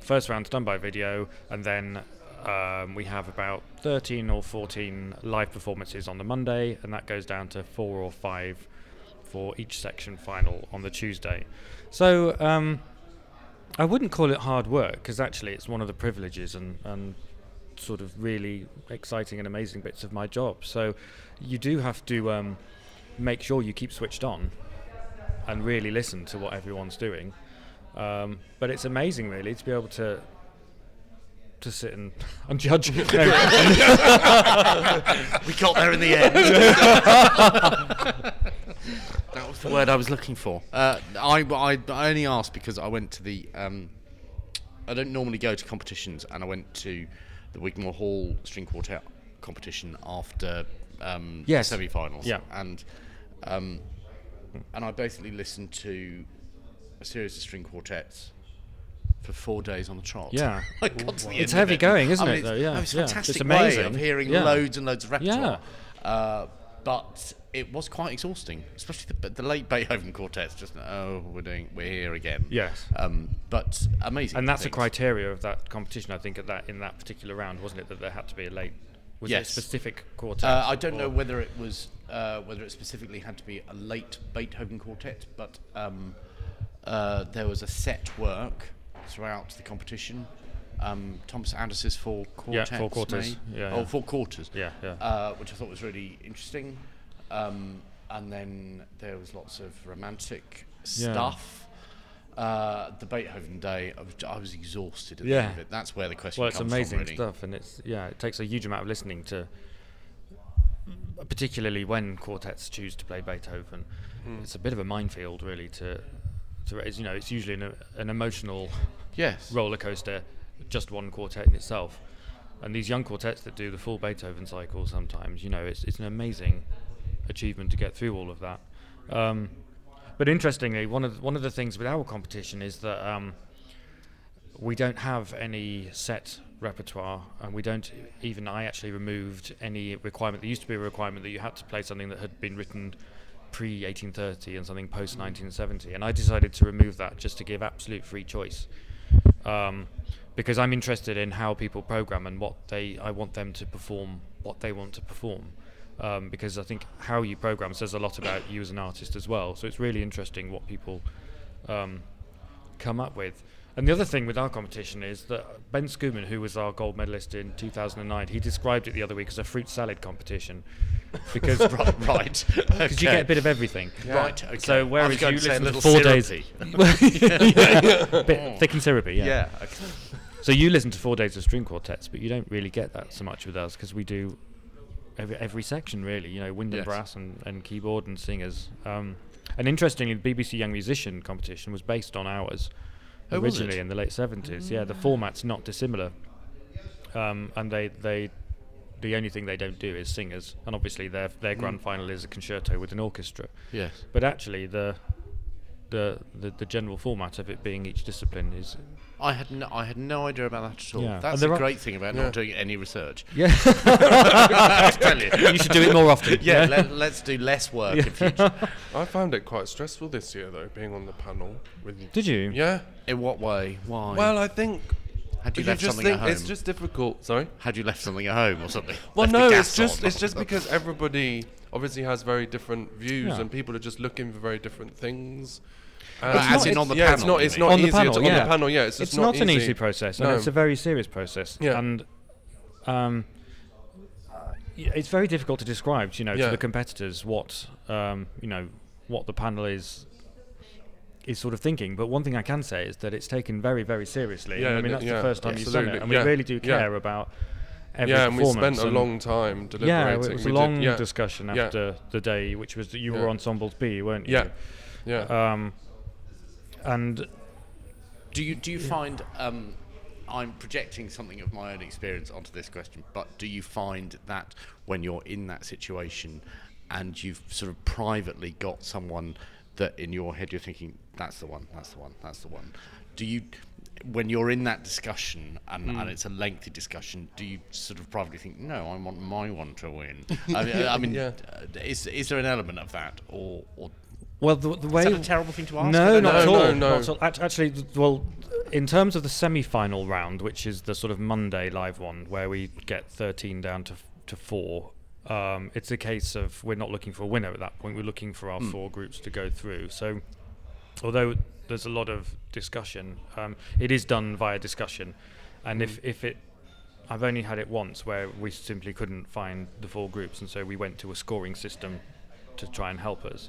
Speaker 3: first round's done by video, and then um, we have about 13 or 14 live performances on the Monday, and that goes down to four or five for each section final on the Tuesday. So um, I wouldn't call it hard work because actually it's one of the privileges and, and sort of really exciting and amazing bits of my job. So you do have to um, make sure you keep switched on and really listen to what everyone's doing. Um, but it's amazing, really, to be able to to sit and, and judge. No,
Speaker 1: We got there in the end. that was the word I was looking for. Uh, I, I, I only asked because I went to the. Um, I don't normally go to competitions, and I went to the Wigmore Hall string quartet competition after um,
Speaker 3: Yes.
Speaker 1: semi-finals.
Speaker 3: Yeah.
Speaker 1: and um, and I basically listened to a series of string quartets. For four days on the trot.
Speaker 3: Yeah.
Speaker 1: I got to the
Speaker 3: It's
Speaker 1: end of
Speaker 3: heavy
Speaker 1: it.
Speaker 3: going, isn't
Speaker 1: I mean,
Speaker 3: it,
Speaker 1: it's-
Speaker 3: though? Yeah,
Speaker 1: oh, It's a
Speaker 3: yeah. It's
Speaker 1: fantastic way
Speaker 3: amazing.
Speaker 1: of hearing
Speaker 3: Yeah.
Speaker 1: loads and loads of repertoire. Uh, but it was quite exhausting, especially the, the late Beethoven quartets. Just oh, we're doing, we're here again.
Speaker 3: Yes.
Speaker 1: Um, but amazing.
Speaker 3: And that's a
Speaker 1: things.
Speaker 3: criteria of that competition, I think, at that in that particular round, wasn't it? That there had to be a late, was it a
Speaker 1: Yes.
Speaker 3: specific quartet?
Speaker 1: Uh, I don't
Speaker 3: or-
Speaker 1: know whether it was uh, whether it specifically had to be a late Beethoven quartet, but um, uh, there was a set work throughout the competition. Um, Thomas Anders's four
Speaker 3: Yeah,
Speaker 1: quartets.
Speaker 3: four quarters.
Speaker 1: made-
Speaker 3: Yeah,
Speaker 1: oh,
Speaker 3: yeah.
Speaker 1: four quarters.
Speaker 3: Yeah, yeah.
Speaker 1: Uh, which I thought was really interesting. Um, and then there was lots of romantic
Speaker 3: Yeah.
Speaker 1: stuff. Uh, the Beethoven day, I was, I was exhausted at the
Speaker 3: Yeah.
Speaker 1: end of it. That's where the question
Speaker 3: well, it's
Speaker 1: comes
Speaker 3: amazing
Speaker 1: from, really.
Speaker 3: stuff, and it's yeah, it takes a huge amount of listening to, particularly when quartets choose to play Beethoven. It's a bit of a minefield, really. To, to it's, you know, it's usually an, an emotional
Speaker 1: Yes.
Speaker 3: roller coaster, just one quartet in itself. And these young quartets that do the full Beethoven cycle sometimes, you know, it's, it's an amazing achievement to get through all of that. Um, but interestingly, one of, one of the things with our competition is that um, we don't have any set repertoire, and we don't even. I actually removed any requirement. There used to be a requirement that you had to play something that had been written pre 1830 and something post 1970, and I decided to remove that just to give absolute free choice, um, because I'm interested in how people program and what they. I want them to perform what they want to perform. Um, because I think how you program says a lot about you as an artist as well. So it's really interesting what people um, come up with. And the other thing with our competition is that Ben Schumann, who was our gold medalist in 2009, he described it the other week as a fruit salad competition because because
Speaker 1: right. right.
Speaker 3: you
Speaker 1: Okay.
Speaker 3: get a bit of everything.
Speaker 1: Right. Okay.
Speaker 3: So
Speaker 1: I was
Speaker 3: whereas you
Speaker 1: going to say a
Speaker 3: listen to
Speaker 1: little
Speaker 3: four
Speaker 1: syrupy.
Speaker 3: days, bit thick and syrupy, yeah.
Speaker 1: Okay.
Speaker 3: So you listen to four days of string quartets, but you don't really get that so much with us because we do every, every section really. You know, wind and
Speaker 1: Yes.
Speaker 3: brass and, and keyboard and singers. Um, and interestingly, the BBC Young Musician competition was based on ours
Speaker 1: Oh, was it?
Speaker 3: originally in the late seventies. Yeah, the format's not dissimilar. Um, and they they the only thing they don't do is singers, and obviously their their
Speaker 1: Mm.
Speaker 3: grand final is a concerto with an orchestra.
Speaker 1: Yes.
Speaker 3: But actually, the the, the, the general format of it being each discipline is
Speaker 1: I had no, I had no idea about that at all.
Speaker 3: Yeah. And
Speaker 1: That's the
Speaker 3: there are-
Speaker 1: great thing about
Speaker 2: Yeah.
Speaker 1: not doing any research.
Speaker 3: yeah
Speaker 1: I tell you.
Speaker 3: you should do it more often.
Speaker 1: Yeah, Let, let's do less work in future.
Speaker 2: I found it quite stressful this year though, being on the panel with
Speaker 3: Did you?
Speaker 2: Yeah.
Speaker 1: In what way? Why?
Speaker 2: Well, I think
Speaker 1: had you,
Speaker 2: you
Speaker 1: left
Speaker 2: just
Speaker 1: something at
Speaker 2: think
Speaker 1: home?
Speaker 2: it's just difficult. Sorry.
Speaker 1: had you left something at home or something?
Speaker 2: Well,
Speaker 1: Left the
Speaker 2: no,
Speaker 1: gas
Speaker 2: it's just
Speaker 1: on?
Speaker 2: it's just because everybody obviously has very different views,
Speaker 3: Yeah.
Speaker 2: and people are just looking for very different things.
Speaker 1: But
Speaker 2: And-
Speaker 1: as in on the
Speaker 2: yeah, it's
Speaker 1: panel,
Speaker 2: not. It's
Speaker 1: you mean?
Speaker 2: not
Speaker 3: on the
Speaker 2: easier
Speaker 3: panel,
Speaker 2: to-
Speaker 3: yeah.
Speaker 2: on the panel. Yeah, it's, just
Speaker 3: it's not, an easy process, and
Speaker 2: No.
Speaker 3: it's a very serious process.
Speaker 2: Yeah.
Speaker 3: And um, y- it's very difficult to describe, you know,
Speaker 2: Yeah.
Speaker 3: to the competitors what um, you know what the panel is is sort of thinking. But one thing I can say is that it's taken very, very seriously.
Speaker 2: Yeah,
Speaker 3: I mean,
Speaker 2: th-
Speaker 3: that's
Speaker 2: yeah,
Speaker 3: the first time you've done
Speaker 2: absolutely.
Speaker 3: it, and we
Speaker 2: Yeah,
Speaker 3: really do
Speaker 2: yeah.
Speaker 3: care about every
Speaker 2: Yeah, and we
Speaker 3: performance.
Speaker 2: spent a
Speaker 3: and-
Speaker 2: long time deliberating.
Speaker 3: yeah, it was
Speaker 2: We
Speaker 3: a
Speaker 2: did-
Speaker 3: long
Speaker 2: yeah,
Speaker 3: discussion
Speaker 2: yeah,
Speaker 3: after the day, which was that you
Speaker 2: Yeah.
Speaker 3: were ensemble B, weren't you?
Speaker 2: Yeah, yeah.
Speaker 3: Um, and
Speaker 1: Do you do you find um, I'm projecting something of my own experience onto this question? But do you find that when you're in that situation and you've sort of privately got someone that in your head you're thinking that's the one, that's the one, that's the one. Do you when you're in that discussion and,
Speaker 2: Hmm.
Speaker 1: and it's a lengthy discussion, do you sort of privately think, no, I want my one to win? I mean, I mean
Speaker 2: Yeah.
Speaker 1: uh, is, is there an element of that, or, or
Speaker 3: well, the, the way
Speaker 1: is that a terrible thing to ask? I
Speaker 3: No,
Speaker 1: don't know.
Speaker 3: not at
Speaker 2: No,
Speaker 3: all.
Speaker 2: no, no.
Speaker 3: Not at all. Act- Actually, th- well, in terms of the semi-final round, which is the sort of Monday live one where we get 13 down to f- to four, um, it's a case of we're not looking for a winner at that point. We're looking for our four groups to go through. So, although there's a lot of discussion, um, it is done via discussion, and if if it I've only had it once where we simply couldn't find the four groups, and so we went to a scoring system to try and help us.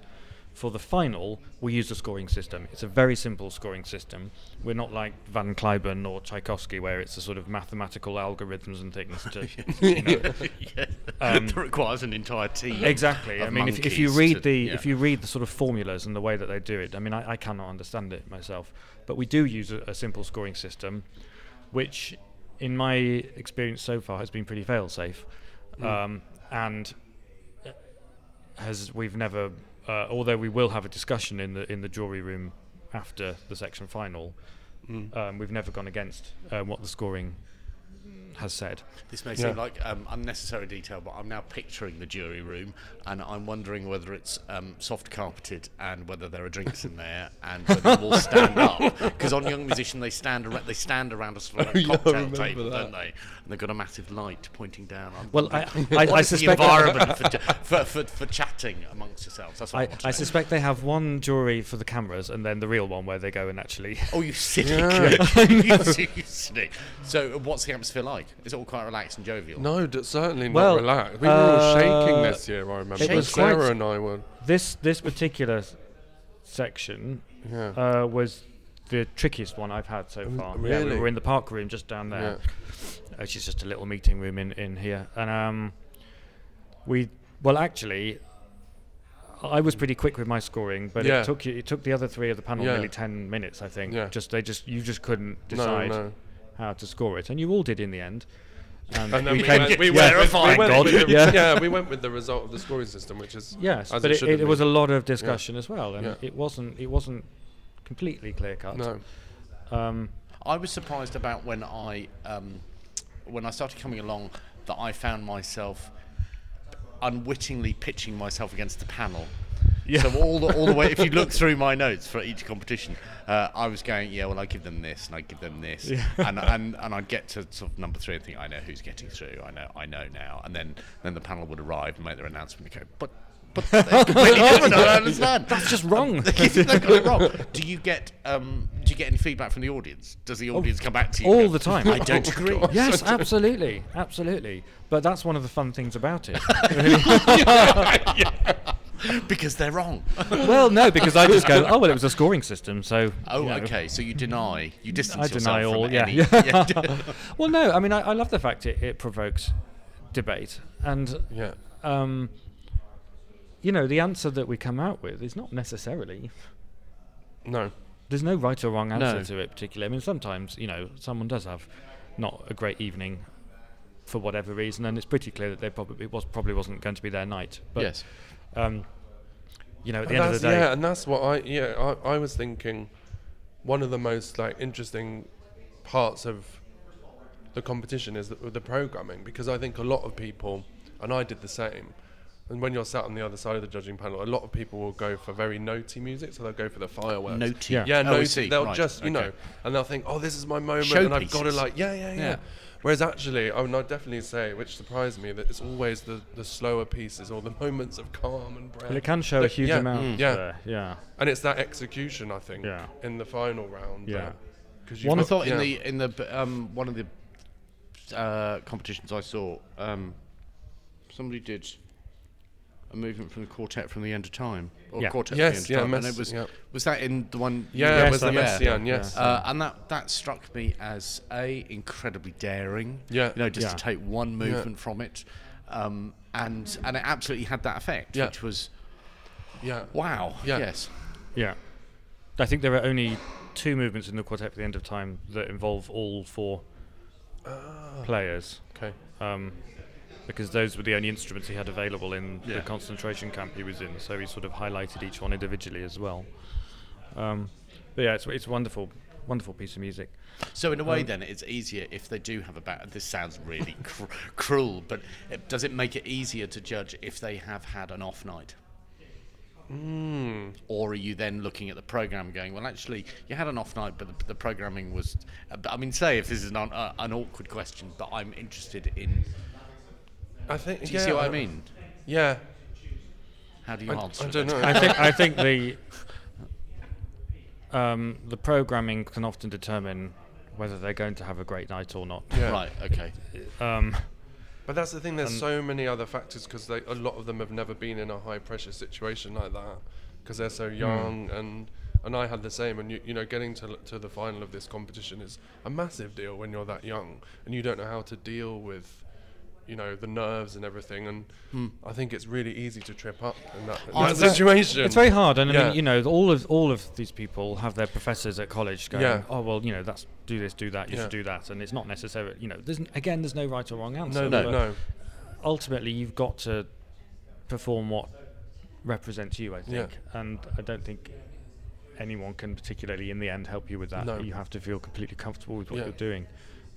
Speaker 3: For the final, we used a scoring system. It's a very simple scoring system. We're not like Van Cliburn or Tchaikovsky, where it's a sort of mathematical algorithms and things. To, you know,
Speaker 1: yes.
Speaker 3: Um,
Speaker 1: that requires an entire team.
Speaker 3: exactly. I
Speaker 1: Mm-hmm. of
Speaker 3: mean, if, if
Speaker 1: monkeys
Speaker 3: you read
Speaker 1: to-
Speaker 3: the
Speaker 1: yeah.
Speaker 3: if you read the sort of formulas and the way that they do it, I mean, I, I cannot understand it myself. But we do use a, a simple scoring system, which, in my experience so far, has been pretty fail safe,
Speaker 1: Mm.
Speaker 3: um, and uh, has we've never, uh, although we will have a discussion in the in the jury room
Speaker 1: Mm.
Speaker 3: after the section final, um, we've never gone against uh, what the scoring has said.
Speaker 1: This may seem
Speaker 2: Yeah.
Speaker 1: like um, unnecessary detail, but I'm now picturing the jury room, and I'm wondering whether it's um, soft carpeted and whether there are drinks in there, and whether they all stand up. Because on Young Musician, they stand around, they stand around a sort of like
Speaker 2: yeah, I
Speaker 1: cocktail
Speaker 2: remember
Speaker 1: table,
Speaker 2: that.
Speaker 1: don't they? And they've got a massive light pointing down. I'm
Speaker 3: Well, I,
Speaker 1: wondering,
Speaker 3: I,
Speaker 1: what
Speaker 3: I
Speaker 1: is the
Speaker 3: suspect
Speaker 1: environment for, for, for, for chatting amongst yourselves. That's what I,
Speaker 3: I,
Speaker 1: want to
Speaker 3: I
Speaker 1: know.
Speaker 3: suspect they have one jury for the cameras and then the real one where they go and actually.
Speaker 1: Oh, you silly
Speaker 2: Yeah.
Speaker 1: kid. you, you silly. So, what's the atmosphere like? Is it all quite relaxed and jovial?
Speaker 2: No, d- certainly not
Speaker 3: Well,
Speaker 2: relaxed. We were all shaking
Speaker 3: uh,
Speaker 2: this year. I remember.
Speaker 3: it was
Speaker 2: Sarah
Speaker 3: quite-
Speaker 2: and I were.
Speaker 3: This this particular s- section
Speaker 2: Yeah.
Speaker 3: uh, was the trickiest one I've had so far. Yeah, we
Speaker 2: really?
Speaker 3: were in the park room just down there, which is just a little meeting room in, in here. And um, we, well, actually, I was pretty quick with my scoring, but
Speaker 2: Yeah.
Speaker 3: it took you- it took the other three of the panel
Speaker 2: Yeah.
Speaker 3: nearly ten minutes, I think.
Speaker 2: Yeah.
Speaker 3: Just they just you just couldn't
Speaker 2: no,
Speaker 3: decide
Speaker 2: no.
Speaker 3: how to score it, and you all did in the end. And,
Speaker 2: And then we,
Speaker 3: came-
Speaker 2: went, we
Speaker 1: yeah,
Speaker 2: went with, we
Speaker 1: terrifying
Speaker 2: went
Speaker 3: God.
Speaker 2: with the,
Speaker 3: Yeah.
Speaker 2: yeah. we went with the result of the scoring system, which is
Speaker 3: Yes,
Speaker 2: as
Speaker 3: but it,
Speaker 2: should
Speaker 3: it,
Speaker 2: have
Speaker 3: was a
Speaker 2: been.
Speaker 3: lot of discussion as well, and
Speaker 2: Yeah.
Speaker 3: it wasn't it wasn't completely clear cut.
Speaker 2: no.
Speaker 3: Um,
Speaker 1: I was surprised about when I um, when I started coming along that I found myself unwittingly pitching myself against the panel.
Speaker 3: Yeah.
Speaker 1: So all the, all the way, if you look through my notes for each competition, uh, I was going, yeah, well, I give them this and I give them this, and, and and I'd get to sort of number three and think, I know who's getting through, I know, I know now, and then then the panel would arrive and make their announcement and go, but but they're completely different, I don't understand.
Speaker 3: That's just wrong.
Speaker 1: They got it wrong. Do you get um, do you get any feedback from the audience? Does the audience come back to you
Speaker 3: Oh, all
Speaker 1: and go,
Speaker 3: the time.
Speaker 1: I don't
Speaker 2: Oh,
Speaker 1: agree.
Speaker 2: God.
Speaker 3: yes, absolutely, absolutely. But that's one of the fun things about it.
Speaker 1: because they're wrong.
Speaker 3: well, no, because I just go, oh well, it was a scoring system, so.
Speaker 1: Oh,
Speaker 3: you know.
Speaker 1: okay. So you deny, you distance
Speaker 3: I
Speaker 1: yourself
Speaker 3: deny
Speaker 1: from
Speaker 3: all. Yeah.
Speaker 1: any.
Speaker 3: well, no, I mean, I, I love the fact it, it provokes debate, and
Speaker 2: Yeah.
Speaker 3: um, you know, the answer that we come out with is not necessarily
Speaker 2: No.
Speaker 3: there's no right or wrong answer
Speaker 1: No.
Speaker 3: to it particularly. I mean, sometimes you know someone does have not a great evening for whatever reason, and it's pretty clear that they probably it was probably wasn't going to be their night. But
Speaker 1: yes.
Speaker 3: um, you know, at the
Speaker 2: And
Speaker 3: end of the
Speaker 2: that's-
Speaker 3: day,
Speaker 2: Yeah, and that's what I yeah I, I was thinking. One of the most like interesting parts of the competition is the, the programming because I think a lot of people, and I did the same. And when you're sat on the other side of the judging panel, a lot of people will go for very notey music, so they'll go for the fireworks.
Speaker 1: Noty.
Speaker 3: Yeah.
Speaker 2: Yeah,
Speaker 1: Oh, I
Speaker 2: no,
Speaker 1: see.
Speaker 2: they'll
Speaker 1: Right,
Speaker 2: just you know,
Speaker 1: okay.
Speaker 2: and they'll think, oh, this is my moment, and I've got to
Speaker 1: Showpieces.
Speaker 2: like, yeah, yeah, yeah.
Speaker 1: Yeah.
Speaker 2: Whereas actually, I would I'd definitely say, which surprised me, that it's always the, the slower pieces or the moments of calm and breath.
Speaker 3: well, it can show a
Speaker 2: That-
Speaker 3: huge
Speaker 2: yeah, mm,
Speaker 3: amount.
Speaker 2: yeah.
Speaker 3: there, yeah.
Speaker 2: and it's that execution, I think,
Speaker 3: Yeah.
Speaker 2: in the final round.
Speaker 3: Yeah.
Speaker 2: that- 'cause you've
Speaker 1: One I
Speaker 2: got-
Speaker 1: thought in
Speaker 2: yeah.
Speaker 1: the in the b- um, one of the uh, competitions I saw, um, somebody did a movement from the quartet from the end of time or
Speaker 3: Yeah.
Speaker 1: quartet
Speaker 2: Yes,
Speaker 1: from the end
Speaker 2: yeah,
Speaker 1: of time, and
Speaker 2: Mess-
Speaker 1: it was
Speaker 2: yeah.
Speaker 1: was that in the one? you
Speaker 2: yeah,
Speaker 1: did?
Speaker 2: it was the
Speaker 1: Yeah.
Speaker 2: Messian, yes.
Speaker 1: Uh, and that, that struck me as a incredibly daring.
Speaker 2: Yeah.
Speaker 1: You know, just
Speaker 3: Yeah.
Speaker 1: to take one movement from it, um, and and it absolutely had that effect,
Speaker 2: Yeah.
Speaker 1: which was
Speaker 2: yeah,
Speaker 1: wow.
Speaker 2: Yeah.
Speaker 1: Yes.
Speaker 3: Yeah. I think there are only two movements in the quartet for the end of time that involve all four
Speaker 2: Ah.
Speaker 3: players,
Speaker 2: okay,
Speaker 3: um, because those were the only instruments he had available in
Speaker 1: Yeah.
Speaker 3: the concentration camp he was in. So he sort of highlighted each one individually as well. Um, but yeah, it's it's a wonderful, wonderful piece of music.
Speaker 1: So in a
Speaker 2: Um,
Speaker 1: way, then it's easier if they do have a battle. This sounds really cr- cruel, but it, does it make it easier to judge if they have had an off night?
Speaker 2: Hmm.
Speaker 1: Or are you then looking at the program going, well, actually, you had an off night, but the, the programming was. uh, but I mean, say if this is an, un- uh, an awkward question, but I'm interested in.
Speaker 2: I think.
Speaker 1: Do you
Speaker 2: yeah,
Speaker 1: see what I mean?
Speaker 2: Yeah,
Speaker 1: How do you
Speaker 2: I,
Speaker 1: answer?
Speaker 2: I
Speaker 1: it?
Speaker 2: don't know.
Speaker 3: I think I think the um, the programming can often determine whether they're going to have a great night or not.
Speaker 2: yeah.
Speaker 1: Right. Okay.
Speaker 3: Um,
Speaker 2: But that's the thing. There's so many other factors because a lot of them have never been in a high pressure situation like that because they're so
Speaker 1: Hmm.
Speaker 2: young and and I had the same. And you, you know, getting to l- to the final of this competition is a massive deal when you're that young and you don't know how to deal with. You know the nerves and everything, and
Speaker 1: Hmm.
Speaker 2: I think it's really easy to trip up in that, in that
Speaker 3: It's ve-
Speaker 2: situation.
Speaker 3: It's very hard, and I
Speaker 2: Yeah.
Speaker 3: mean, you know, all of all of these people have their professors at college going,
Speaker 2: Yeah.
Speaker 3: "Oh well, you know, that's do this, do that, you
Speaker 2: Yeah.
Speaker 3: should do that," and it's not necessarily, you know, there's n- again, there's no right or wrong answer.
Speaker 2: No, no,
Speaker 3: but
Speaker 2: no.
Speaker 3: Ultimately, you've got to perform what represents you, I
Speaker 2: Yeah.
Speaker 3: think, and I don't think anyone can particularly in the end help you with that.
Speaker 2: No.
Speaker 3: You have to feel completely comfortable with what
Speaker 2: Yeah.
Speaker 3: you're doing.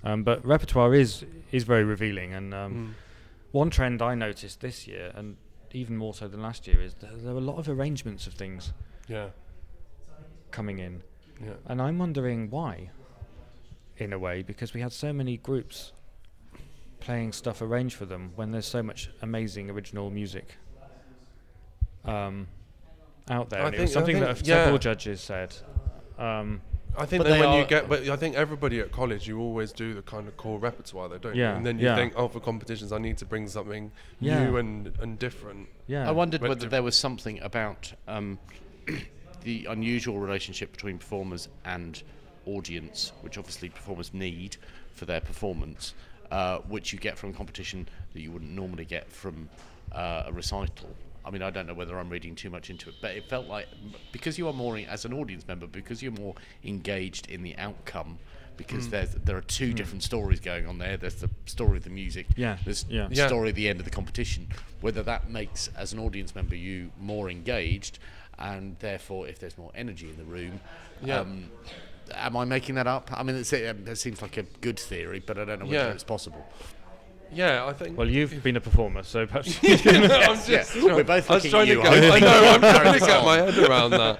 Speaker 3: Um, but repertoire is is very revealing, and
Speaker 2: Mm.
Speaker 3: um, one trend I noticed this year, and even more so than last year, is there, there are a lot of arrangements of things
Speaker 2: Yeah.
Speaker 3: coming in,
Speaker 2: Yeah.
Speaker 3: and I'm wondering why. In a way, because we had so many groups playing stuff arranged for them when there's so much amazing original music um, out there.
Speaker 2: I
Speaker 3: And it was
Speaker 2: think- I
Speaker 3: something
Speaker 2: think-
Speaker 3: that several
Speaker 2: yeah.
Speaker 3: judges said. Um,
Speaker 2: I think
Speaker 1: But
Speaker 2: then
Speaker 1: they
Speaker 2: when you
Speaker 1: are-
Speaker 2: get, but I think everybody at college, you always do the kind of core repertoire, though, don't you?
Speaker 3: Yeah,
Speaker 2: And then you
Speaker 3: yeah.
Speaker 2: think, oh, for competitions, I need to bring something
Speaker 3: Yeah.
Speaker 2: new and, and different.
Speaker 3: yeah,
Speaker 1: I wondered
Speaker 2: But
Speaker 1: whether
Speaker 2: the-
Speaker 1: there was something about um, the unusual relationship between performers and audience, which obviously performers need for their performance, uh, which you get from competition that you wouldn't normally get from uh, a recital. I mean, I don't know whether I'm reading too much into it, but it felt like because you are more in- as an audience member, because you're more engaged in the outcome, because
Speaker 3: Mm.
Speaker 1: there's there are
Speaker 2: Mm.
Speaker 1: two different stories going on there. There's the story of the music.
Speaker 3: Yeah,
Speaker 1: There's
Speaker 3: yeah.
Speaker 2: Yeah.
Speaker 1: story at the end of the competition, whether that makes, as an audience member, you more engaged, and therefore, if there's more energy in the room,
Speaker 2: Yeah.
Speaker 1: um, am I making that up? I mean, it's, it, it seems like a good theory, but I don't know whether
Speaker 2: Yeah.
Speaker 1: it's possible.
Speaker 2: Yeah, I think.
Speaker 3: Well, you've been a performer, so perhaps.
Speaker 2: I'm just
Speaker 1: yeah. We're both
Speaker 2: I was
Speaker 1: looking at
Speaker 2: trying
Speaker 1: you,
Speaker 2: to get,
Speaker 1: Ivan.
Speaker 2: I know, I'm trying
Speaker 1: Carry
Speaker 2: to
Speaker 1: this
Speaker 2: get
Speaker 1: on.
Speaker 2: my head around that.
Speaker 1: Well,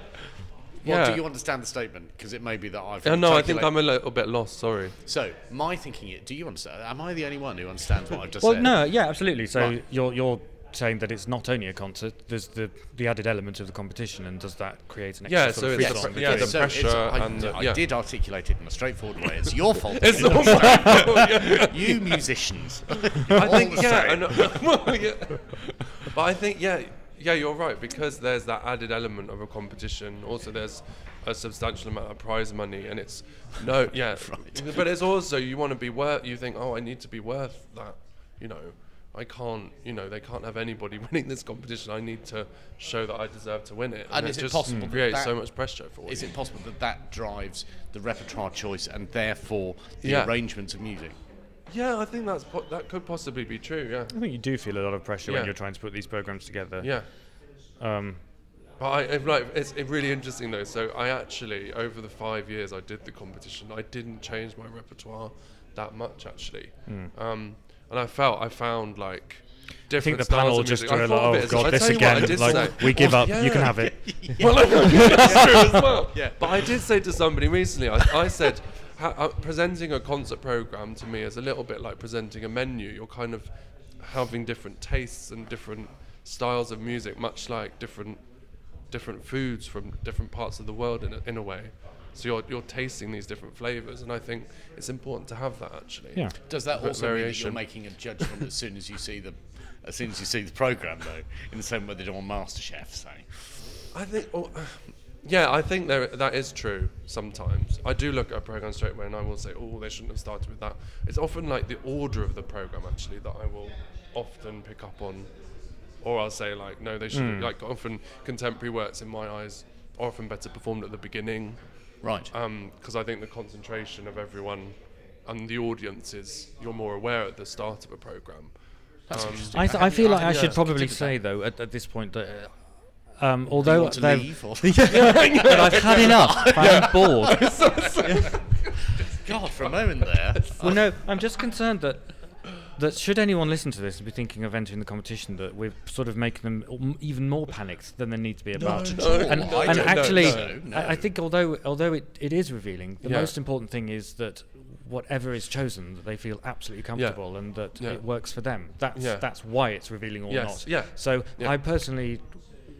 Speaker 2: yeah.
Speaker 1: do you understand the statement? Because it may be that I've.
Speaker 2: Oh, no, I think
Speaker 1: articulated-
Speaker 2: I'm a little bit lost, sorry.
Speaker 1: So, my thinking it. Do you understand? Am I the only one who understands what I've just
Speaker 3: well,
Speaker 1: said?
Speaker 3: no, yeah, absolutely. So
Speaker 1: Right.
Speaker 3: you're you're saying that it's not only a concert. There's the the added element of the competition, and does that create an extra
Speaker 2: Yeah, so
Speaker 3: sort of
Speaker 2: it's-
Speaker 3: freedom?
Speaker 2: Yes, yeah, the
Speaker 3: Because-
Speaker 1: so it's-
Speaker 2: pressure
Speaker 1: I,
Speaker 2: and the-
Speaker 1: I
Speaker 2: yeah.
Speaker 1: did articulate it in a straightforward way. It's your fault. that
Speaker 2: It's the
Speaker 1: it
Speaker 2: whole
Speaker 1: doesn't.
Speaker 2: yeah.
Speaker 1: you musicians.
Speaker 2: I think
Speaker 1: the
Speaker 2: yeah,
Speaker 1: same.
Speaker 2: and, well, yeah. but I think yeah, yeah, you're right because there's that added element of a competition. Also, there's a substantial amount of prize money, and it's no, yeah, but it's also you want to be worth. You think, oh, I need to be worth that. You know, I can't. You know, they can't have anybody winning this competition. I need to show that I deserve to win it.
Speaker 1: And
Speaker 2: it
Speaker 1: is it
Speaker 2: just
Speaker 1: possible that
Speaker 2: creates
Speaker 1: that-
Speaker 2: so much pressure for
Speaker 1: Is
Speaker 2: you.
Speaker 1: it possible that that drives the repertoire choice and therefore the
Speaker 2: Yeah.
Speaker 1: arrangements of music?
Speaker 2: Yeah, I think that's po- that could possibly be true. Yeah.
Speaker 3: I think you do feel a lot of pressure
Speaker 2: Yeah.
Speaker 3: when you're trying to put these programs together.
Speaker 2: Yeah.
Speaker 3: Um,
Speaker 2: But I, I'm like, it's it really interesting though. So I actually, over the five years I did the competition, I didn't change my repertoire that much actually. Um, and I felt I found like
Speaker 3: Hmm. I think
Speaker 2: different
Speaker 3: the
Speaker 2: styles
Speaker 3: panel
Speaker 2: of
Speaker 3: just
Speaker 2: music.
Speaker 3: were
Speaker 2: I
Speaker 3: like,
Speaker 2: thought of
Speaker 3: "Oh
Speaker 2: it as- I
Speaker 3: god, this
Speaker 2: tell you what, I
Speaker 3: again!"
Speaker 2: did
Speaker 3: like,
Speaker 2: say-
Speaker 3: we give
Speaker 2: Oh,
Speaker 3: up. You can
Speaker 2: yeah.
Speaker 3: have it.
Speaker 2: Well, I know, that's true as well. But I did say to somebody recently, I, I said, ha- uh, presenting a concert program to me is a little bit like presenting a menu. You're kind of having different tastes and different styles of music, much like different different foods from different parts of the world in a, in a way. So you're you're tasting these different flavors, and I think it's important to have that actually.
Speaker 3: Yeah.
Speaker 1: Does that
Speaker 2: But
Speaker 1: also mean that you're
Speaker 2: variation.
Speaker 1: making a judgment as soon as you see the as soon as you see the program though, in the same way they do on MasterChef, say?
Speaker 2: I think, oh, yeah, I think there, that is true sometimes. I do look at a program straight away and I will say, oh, they shouldn't have started with that. It's often like the order of the program actually that I will often pick up on, or I'll say like, no, they should not like often contemporary works in my eyes are often better performed at the beginning
Speaker 1: Right.
Speaker 2: Um, because I think the concentration of everyone and the audience is you're more aware at the start of a program.
Speaker 1: That's interesting.
Speaker 3: I, th- I feel like I
Speaker 1: yeah,
Speaker 3: should probably
Speaker 1: consider
Speaker 3: say though at, at this point that. uh, Um,
Speaker 1: that. Do you
Speaker 3: although
Speaker 1: want to
Speaker 3: they've-
Speaker 1: leave or
Speaker 3: but I've had enough, I'm bored.
Speaker 1: God, for a moment there.
Speaker 3: Well, no, I'm just concerned that that should anyone listen to this and be thinking of entering the competition, that we're sort of making them m- even more panicked than they need to be about.
Speaker 1: not at all.
Speaker 3: and
Speaker 1: I
Speaker 3: and
Speaker 1: don't
Speaker 3: actually,
Speaker 1: think so, no.
Speaker 3: I, I think although although it, it is revealing, the
Speaker 2: Yeah.
Speaker 3: most important thing is that whatever is chosen, that they feel absolutely comfortable and that
Speaker 2: Yeah.
Speaker 3: it works for them. That's
Speaker 2: Yeah.
Speaker 3: that's why it's revealing or
Speaker 2: Yes,
Speaker 3: not.
Speaker 2: yeah,
Speaker 3: So
Speaker 2: yeah.
Speaker 3: I personally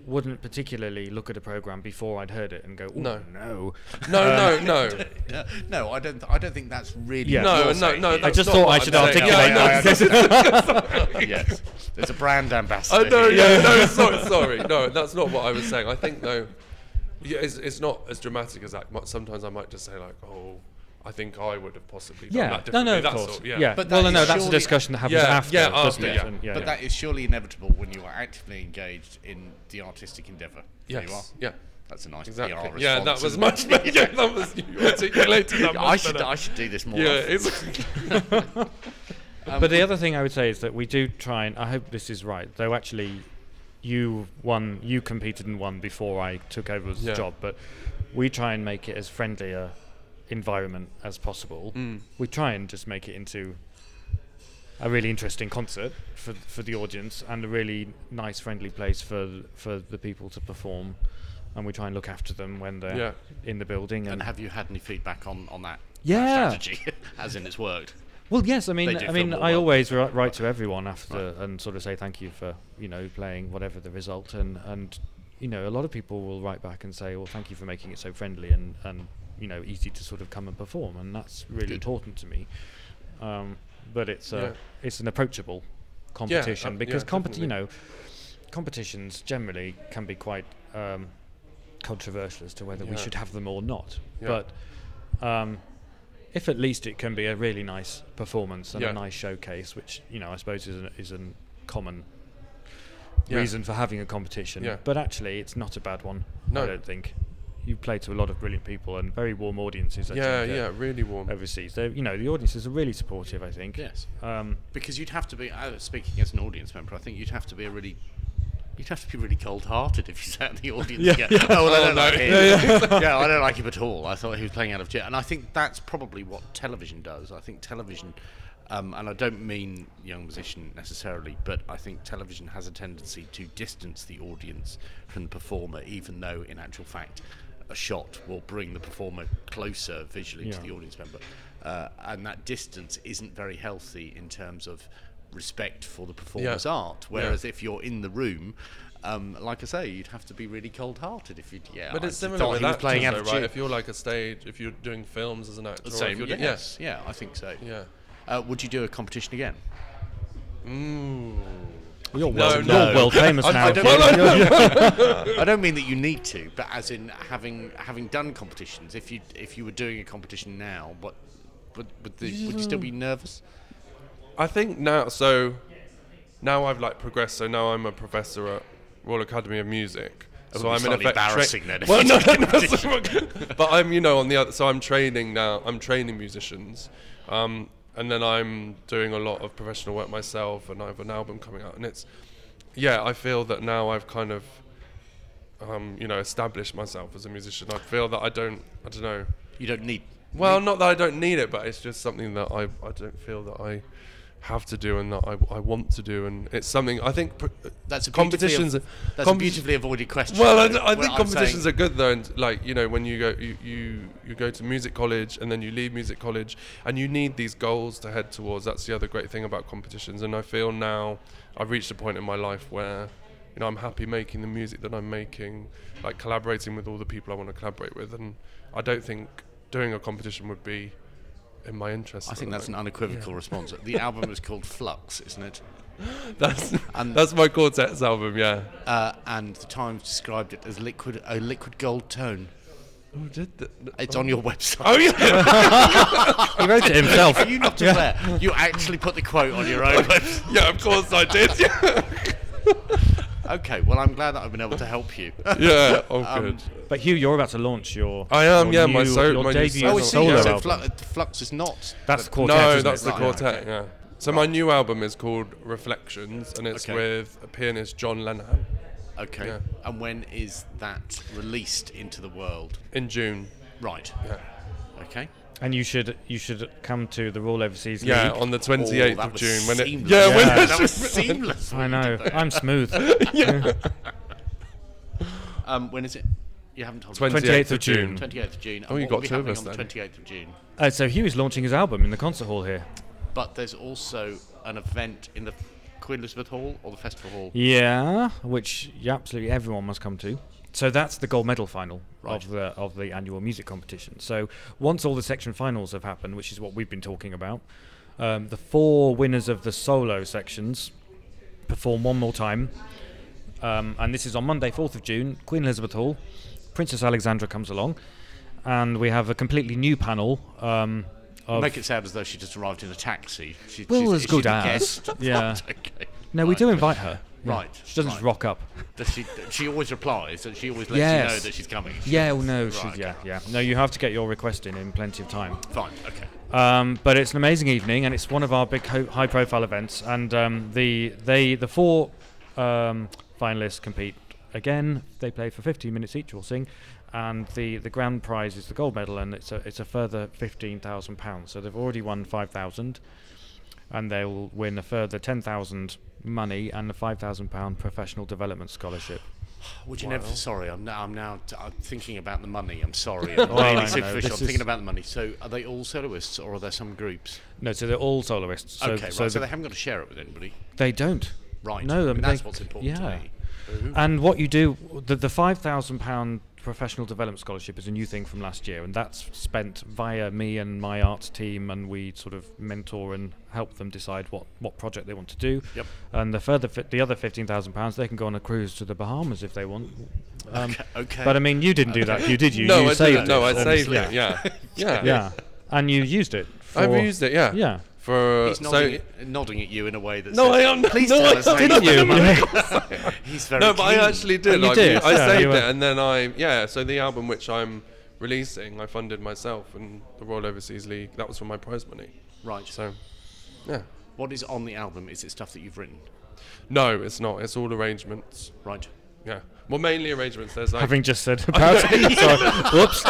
Speaker 3: wouldn't particularly look at a program before I'd heard it and go, "Ooh,
Speaker 2: No.
Speaker 3: no.
Speaker 2: No, no, no.
Speaker 1: No, no, I don't. I don't think that's really.
Speaker 3: Yeah.
Speaker 1: what
Speaker 2: No,
Speaker 1: you're
Speaker 2: no,
Speaker 1: saying
Speaker 2: no,
Speaker 1: here.
Speaker 3: I
Speaker 2: that's
Speaker 3: just
Speaker 2: not
Speaker 3: thought
Speaker 2: what
Speaker 3: I
Speaker 2: I'm
Speaker 3: should
Speaker 2: saying.
Speaker 3: articulate
Speaker 1: Yeah, I
Speaker 3: that.
Speaker 1: yes, there's a brand ambassador.
Speaker 2: I know,
Speaker 1: here.
Speaker 2: yeah, Oh, no, sorry, sorry, no, that's not what I was saying. I think though, yeah, it's, it's not as dramatic as that. Mu- Sometimes I might just say like, oh, I think I would have possibly done
Speaker 3: Yeah,
Speaker 2: that differently.
Speaker 3: no, no, of
Speaker 2: that's
Speaker 3: course.
Speaker 2: all,
Speaker 3: yeah.
Speaker 1: But that
Speaker 3: well, no,
Speaker 1: is
Speaker 3: no, that's a
Speaker 1: surely-
Speaker 3: discussion that happens
Speaker 2: Yeah,
Speaker 3: after.
Speaker 2: yeah,
Speaker 3: doesn't
Speaker 2: after,
Speaker 3: it?
Speaker 2: yeah.
Speaker 3: And-
Speaker 1: but that is surely inevitable when you are actively engaged in the artistic endeavour.
Speaker 2: Yes,
Speaker 1: You are.
Speaker 2: yeah.
Speaker 1: That's a nice
Speaker 2: Exactly.
Speaker 1: PR response.
Speaker 2: yeah, that was
Speaker 1: isn't
Speaker 2: much
Speaker 1: it?
Speaker 2: better. Yeah, that was you articulated that much
Speaker 1: I should
Speaker 2: better.
Speaker 1: I should do this more.
Speaker 2: yeah,
Speaker 1: often.
Speaker 2: it's, Um,
Speaker 3: But the other thing I would say is that we do try, and I hope this is right, though actually you won, you competed and won before I took over the
Speaker 2: Yeah.
Speaker 3: job, but we try and make it as friendly a environment as possible.
Speaker 2: Mm.
Speaker 3: We try and just make it into a really interesting concert for for the audience and a really nice, friendly place for for the people to perform. And we try and look after them when they're
Speaker 2: Yeah.
Speaker 3: in the building. And,
Speaker 1: And have you had any feedback on on that? that
Speaker 3: Yeah.
Speaker 1: strategy, as in it's worked.
Speaker 3: well, yes, I mean,
Speaker 1: do
Speaker 3: I mean,
Speaker 1: film all
Speaker 3: I
Speaker 1: well.
Speaker 3: always ri- write to everyone after and sort of say thank you for you know playing whatever the result and and you know a lot of people will write back and say well thank you for making it so friendly and and you know easy to sort of come and perform and that's really
Speaker 1: Good.
Speaker 3: important to me. Um, but it's a
Speaker 2: Yeah.
Speaker 3: it's an approachable competition
Speaker 2: yeah,
Speaker 3: because compet
Speaker 2: definitely.
Speaker 3: you know competitions generally can be quite um, controversial as to whether we
Speaker 2: Yeah.
Speaker 3: should have them or not.
Speaker 2: Yeah.
Speaker 3: But um, if at least it can be a really nice performance and
Speaker 2: Yeah.
Speaker 3: a nice showcase, which you know I suppose is an, is a common
Speaker 2: Yeah.
Speaker 3: reason for having a competition.
Speaker 2: Yeah.
Speaker 3: But actually, it's not a bad one.
Speaker 2: No.
Speaker 3: I don't think you play to a lot of brilliant people and very warm audiences. I
Speaker 2: yeah,
Speaker 3: think, uh,
Speaker 2: yeah, really warm.
Speaker 3: Overseas, they you know the audiences are really supportive. I think.
Speaker 1: Yes.
Speaker 3: Um,
Speaker 1: because you'd have to be uh, speaking as an audience member. I think you'd have to be a really you'd have to be really cold-hearted if you sat in the audience. and go, Oh, well, I don't like him. Yeah, I don't like him at all. I thought he was playing out of jet, and I think that's probably what television does. I think television. Um, and I don't mean young musician necessarily, but I think television has a tendency to distance the audience from the performer, even though in actual fact, a shot will bring the performer closer visually to
Speaker 3: Yeah.
Speaker 1: the audience member. Uh, and that distance isn't very healthy in terms of respect for the performer's art. Whereas if you're in the room, um, like I say, you'd have to be really cold hearted if you'd, yeah.
Speaker 2: But
Speaker 1: I
Speaker 2: it's similar
Speaker 1: thought
Speaker 2: with
Speaker 1: he was
Speaker 2: actors,
Speaker 1: playing out
Speaker 2: though,
Speaker 1: of
Speaker 2: right?
Speaker 1: tune.
Speaker 2: If you're like a stage, if you're doing films as an actor, or if
Speaker 1: Same,
Speaker 2: you're doing-
Speaker 1: yes, yeah, I think so.
Speaker 2: yeah,
Speaker 1: Uh, would you do a competition again?
Speaker 3: you're
Speaker 2: No,
Speaker 3: world,
Speaker 2: no.
Speaker 3: you're world famous now.
Speaker 1: I don't,
Speaker 2: Well,
Speaker 1: mean, I don't mean that you need to, but as in having having done competitions, if you if you were doing a competition now, what would would, the, would you still be nervous?
Speaker 2: I think now, so now I've like progressed. So now I'm a professor at Royal Academy of Music.
Speaker 1: would
Speaker 2: So
Speaker 1: be
Speaker 2: I'm in
Speaker 1: slightly
Speaker 2: effect tra-
Speaker 1: embarrassing then if
Speaker 2: Well,
Speaker 1: you
Speaker 2: no,
Speaker 1: did
Speaker 2: no, so- but I'm you know on the other. So I'm training now. I'm training musicians, um, and then I'm doing a lot of professional work myself. And I have an album coming out, and it's yeah. I feel that now I've kind of um, you know established myself as a musician. I feel that I don't. I don't know.
Speaker 1: You don't need.
Speaker 2: Well, not that I don't need it, but it's just something that I, I don't feel that I have to do and that I, I want to do, and it's something I think pr-
Speaker 1: That's a
Speaker 2: competitions.
Speaker 1: competitions.
Speaker 2: are-
Speaker 1: That's
Speaker 2: compe-
Speaker 1: a beautifully avoided question.
Speaker 2: Well, I,
Speaker 1: though.
Speaker 2: I
Speaker 1: Well,
Speaker 2: think
Speaker 1: I'm
Speaker 2: competitions
Speaker 1: saying-
Speaker 2: are good though, and like you know when you go you, you you go to music college and then you leave music college, and you need these goals to head towards. That's the other great thing about competitions, and I feel now I've reached a point in my life where. You know, I'm happy making the music that I'm making, like collaborating with all the people I want to collaborate with, and I don't think doing a competition would be in my interest.
Speaker 1: I
Speaker 2: at
Speaker 1: think
Speaker 2: the
Speaker 1: that's an
Speaker 2: moment.
Speaker 1: unequivocal response. The album is called Flux, isn't it?
Speaker 2: that's
Speaker 1: and-
Speaker 2: that's my Quartets album, yeah.
Speaker 1: Uh, and the Times described it as liquid, a liquid gold tone.
Speaker 2: Who did that?
Speaker 1: It's on your website.
Speaker 2: Oh yeah,
Speaker 3: he wrote it himself.
Speaker 1: Are you not aware? You actually put the quote on your own website.
Speaker 2: yeah. Of course I did. Yeah,
Speaker 1: Okay, well, I'm glad that I've been able to help you.
Speaker 2: yeah. Oh
Speaker 1: Um,
Speaker 2: good.
Speaker 3: But Hugh, you're about to launch your.
Speaker 2: I am,
Speaker 3: your
Speaker 2: yeah, my
Speaker 3: new-
Speaker 2: so-
Speaker 3: your
Speaker 2: my new
Speaker 3: debut
Speaker 2: solo-
Speaker 1: oh, I
Speaker 2: It's
Speaker 1: see.
Speaker 3: solo
Speaker 1: Yeah,
Speaker 2: an
Speaker 1: so
Speaker 3: album.
Speaker 1: Flu- Flux is not.
Speaker 3: That's the quartet.
Speaker 2: no,
Speaker 3: isn't
Speaker 2: that's
Speaker 3: it? Oh,
Speaker 2: the
Speaker 1: Right,
Speaker 2: quartet.
Speaker 1: okay.
Speaker 2: Yeah. So my new album is called Reflections, and it's
Speaker 1: Okay.
Speaker 2: with pianist John Lennon
Speaker 1: Okay.
Speaker 2: Yeah.
Speaker 1: And when is that released into the world?
Speaker 2: in June.
Speaker 1: Right.
Speaker 2: Yeah.
Speaker 1: Okay.
Speaker 3: And you should you should come to the Royal Overseas
Speaker 2: Yeah,
Speaker 3: League.
Speaker 2: on the
Speaker 1: Oh,
Speaker 2: 28th
Speaker 1: that
Speaker 2: of
Speaker 1: was
Speaker 2: June. When it,
Speaker 1: seamless.
Speaker 2: yeah, when
Speaker 3: Yeah.
Speaker 2: it-
Speaker 1: that was seamless.
Speaker 3: I know. I'm smooth.
Speaker 1: Um, when is it? You haven't told
Speaker 2: 28th,
Speaker 3: 28th
Speaker 2: of
Speaker 3: of June.
Speaker 2: June.
Speaker 1: 28th of June.
Speaker 2: Oh, you got two of us
Speaker 1: on the
Speaker 2: then.
Speaker 1: 28th of June.
Speaker 3: Uh, so Hugh is launching his album in the concert hall here.
Speaker 1: But there's also an event in the Queen Elizabeth Hall or the Festival Hall.
Speaker 3: Yeah, which yeah, absolutely everyone must come to. So that's the gold medal final of the of the annual music competition. So once all the section finals have happened, which is what we've been talking about, um, the four winners of the solo sections perform one more time, um, and this is on Monday, fourth of June, Queen Elizabeth Hall. Princess Alexandra comes along, and we have a completely new panel. Um, of
Speaker 1: Make it sound as though she just arrived in a taxi. She,
Speaker 3: Well,
Speaker 1: she's,
Speaker 3: as
Speaker 1: is
Speaker 3: good
Speaker 1: she the
Speaker 3: as.
Speaker 1: guest?
Speaker 3: Yeah.
Speaker 1: okay.
Speaker 3: no, we
Speaker 1: Right.
Speaker 3: do invite her. Yeah.
Speaker 1: Right,
Speaker 3: She doesn't just
Speaker 1: right.
Speaker 3: rock up.
Speaker 1: Does she, she always replies, and she always lets you know
Speaker 3: Yes.
Speaker 1: that she's coming.
Speaker 3: Yeah, well, no, she's,
Speaker 1: okay.
Speaker 3: yeah, yeah. No, you have to get your request in in plenty of time.
Speaker 1: Fine, okay.
Speaker 3: Um, but it's an amazing evening, and it's one of our big ho- high-profile events. And um, the they the four um, finalists compete again. They play for 15 minutes each, or sing, and the, the grand prize is the gold medal, and it's a it's a further fifteen thousand pounds. So they've already won five thousand, and they'll win a further ten thousand money and a five thousand pound professional development scholarship.
Speaker 1: Would you never? Sorry, I'm now. I'm now. T- I'm thinking about the money. I'm sorry. I'm
Speaker 3: Oh,
Speaker 1: really
Speaker 3: no, no,
Speaker 1: superficial.
Speaker 3: this
Speaker 1: I'm
Speaker 3: is-
Speaker 1: thinking about the money. So, are they all soloists, or are there some groups?
Speaker 3: No, so they're all soloists. So,
Speaker 1: okay,
Speaker 3: so
Speaker 1: right. So
Speaker 3: the-
Speaker 1: they haven't got to share it with anybody,
Speaker 3: they don't.
Speaker 1: right?
Speaker 3: No,
Speaker 1: I
Speaker 3: I
Speaker 1: mean,
Speaker 3: mean,
Speaker 1: that's
Speaker 3: they-
Speaker 1: what's important
Speaker 3: yeah.
Speaker 1: to me. Ooh.
Speaker 3: And what you do, the, the five thousand pound professional development scholarship is a new thing from last year, and that's spent via me and my arts team, and we sort of mentor and help them decide what, what project they want to do.
Speaker 1: Yep.
Speaker 3: And the further fi- the other fifteen thousand pounds, they can go on a cruise to the Bahamas if they want. Um,
Speaker 1: okay. okay.
Speaker 3: But I mean, you didn't do that, you did you?
Speaker 2: no,
Speaker 3: you
Speaker 2: I
Speaker 3: saved
Speaker 2: didn't. No,
Speaker 3: it,
Speaker 2: I saved
Speaker 3: obviously.
Speaker 2: it. Yeah, yeah,
Speaker 3: Yeah, and you used it. For,
Speaker 2: I've used it. Yeah,
Speaker 3: Yeah.
Speaker 2: For
Speaker 1: he's
Speaker 2: Uh, so
Speaker 1: nodding, at- nodding at you in a way that's
Speaker 2: no, I am.
Speaker 1: Please
Speaker 2: no,
Speaker 1: tell
Speaker 2: I
Speaker 1: us how
Speaker 2: am.
Speaker 1: you
Speaker 3: you?
Speaker 1: He's very.
Speaker 2: No, but I
Speaker 1: keen.
Speaker 2: actually did.
Speaker 3: you
Speaker 2: I,
Speaker 3: did,
Speaker 2: I
Speaker 3: yeah, you
Speaker 2: saved
Speaker 3: were-
Speaker 2: it, and then I yeah. So the album which I'm releasing, I funded myself, and the Royal Overseas League. That was from my prize money.
Speaker 1: Right. So,
Speaker 2: So yeah,
Speaker 1: what is on the album? Is it stuff that you've written?
Speaker 2: no, it's not. It's all arrangements.
Speaker 1: Right.
Speaker 2: Yeah, well, mainly arrangements. There's like
Speaker 3: Having just said about so, whoops,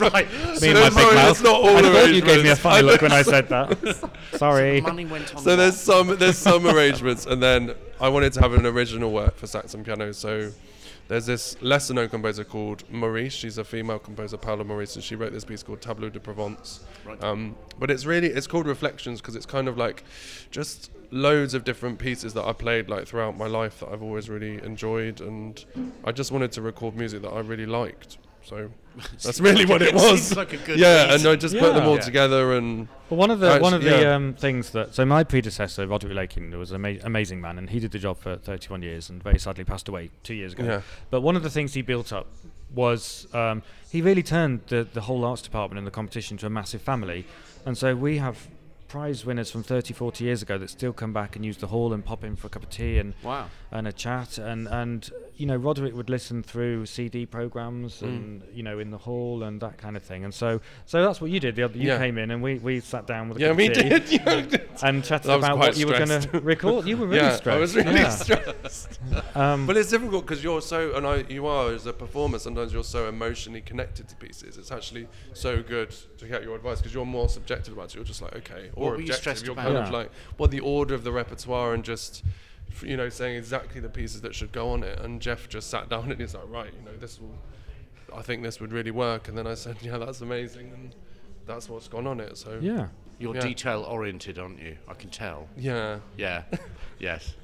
Speaker 1: right.
Speaker 3: me and
Speaker 2: no, sorry,
Speaker 3: my big mouth.
Speaker 2: that's not all
Speaker 3: I thought you gave me a
Speaker 2: arrangements.
Speaker 3: funny
Speaker 2: I
Speaker 3: look when I said that. Sorry.
Speaker 1: Money went on.
Speaker 2: So
Speaker 1: what?
Speaker 2: there's some there's some arrangements, and then I wanted to have an original work for sax and piano. So there's this lesser known composer called Maurice. She's a female composer, Paola Maurice, and she wrote this piece called Tableau de Provence.
Speaker 1: Right.
Speaker 2: Um, but it's really it's called Reflections because it's kind of like just loads of different pieces that I played like throughout my life that I've always really enjoyed, and I just wanted to record music that I really liked. So that's really what it
Speaker 1: It seems
Speaker 2: was.
Speaker 1: like a good
Speaker 2: yeah, and
Speaker 1: reason.
Speaker 2: I just put them
Speaker 3: Yeah.
Speaker 2: all
Speaker 3: Yeah.
Speaker 2: together and.
Speaker 3: Well, one of the one of
Speaker 2: Actually,
Speaker 3: the
Speaker 2: yeah.
Speaker 3: um, things that so my predecessor Roderick Lakin was an ama- amazing man, and he did the job for 31 years, and very sadly passed away two years ago.
Speaker 2: Yeah.
Speaker 3: But one of the things he built up was um, he really turned the the whole arts department and the competition to a massive family, and so we have prize winners from 30 40 years ago that still come back and use the hall and pop in for a cup of tea and
Speaker 1: Wow.
Speaker 3: and a chat and and you know Roderick would listen through CD programs
Speaker 2: Mm.
Speaker 3: and you know in the hall and that kind of thing and so so that's what you did the other you
Speaker 2: Yeah.
Speaker 3: came in and we we sat down with a
Speaker 2: Yeah,
Speaker 3: cup of
Speaker 2: we
Speaker 3: tea
Speaker 2: did. You did.
Speaker 3: and chatted
Speaker 2: I was
Speaker 3: about
Speaker 2: quite
Speaker 3: what you were going to
Speaker 2: stressed.
Speaker 3: record you were really
Speaker 2: yeah,
Speaker 3: stressed
Speaker 2: I was really
Speaker 3: yeah.
Speaker 2: stressed.
Speaker 3: um,
Speaker 2: But it's difficult because you're so, and I, you are as a performer. Sometimes you're so emotionally connected to pieces. It's actually so good to get your advice because you're more subjective about it. You're just like, okay, or
Speaker 1: What were you
Speaker 2: objective.
Speaker 1: stressed
Speaker 2: are
Speaker 1: about?
Speaker 2: kind of
Speaker 3: Yeah.
Speaker 2: like what the order of the repertoire and just, f- you know, saying exactly the pieces that should go on it. And Jeff just sat down and he's like, right, you know, this will, I think this would really work. And then I said, yeah, that's amazing, and that's what's gone on it. So
Speaker 3: yeah
Speaker 1: You're
Speaker 2: Yeah.
Speaker 1: detail oriented, aren't you? I can tell.
Speaker 2: yeah.
Speaker 1: Yeah. yes.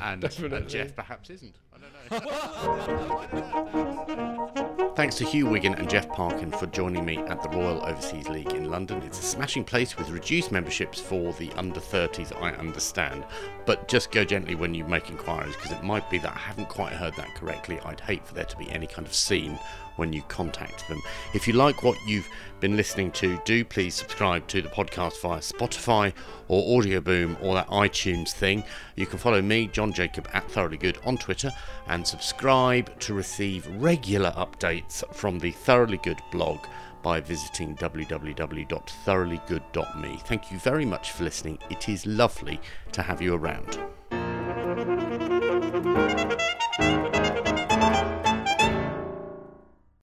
Speaker 1: And, and
Speaker 2: Definitely.
Speaker 1: Jeff perhaps isn't. I don't know. Thanks to Hugh Wigan and Jeff Parkin for joining me at the Royal Overseas League in London. It's a smashing place with reduced memberships for the under 30s, I understand. But just go gently when you make inquiries because it might be that I haven't quite heard that correctly. I'd hate for there to be any kind of scene when you contact them. If you like what you've been listening to, do please subscribe to the podcast via Spotify or Audio Boom or that iTunes thing. You can follow me, John Jacob, at Thoroughly Good on Twitter and subscribe to receive regular updates from the Thoroughly Good blog by visiting www.thoroughlygood.me. Thank you very much for listening. It is lovely to have you around.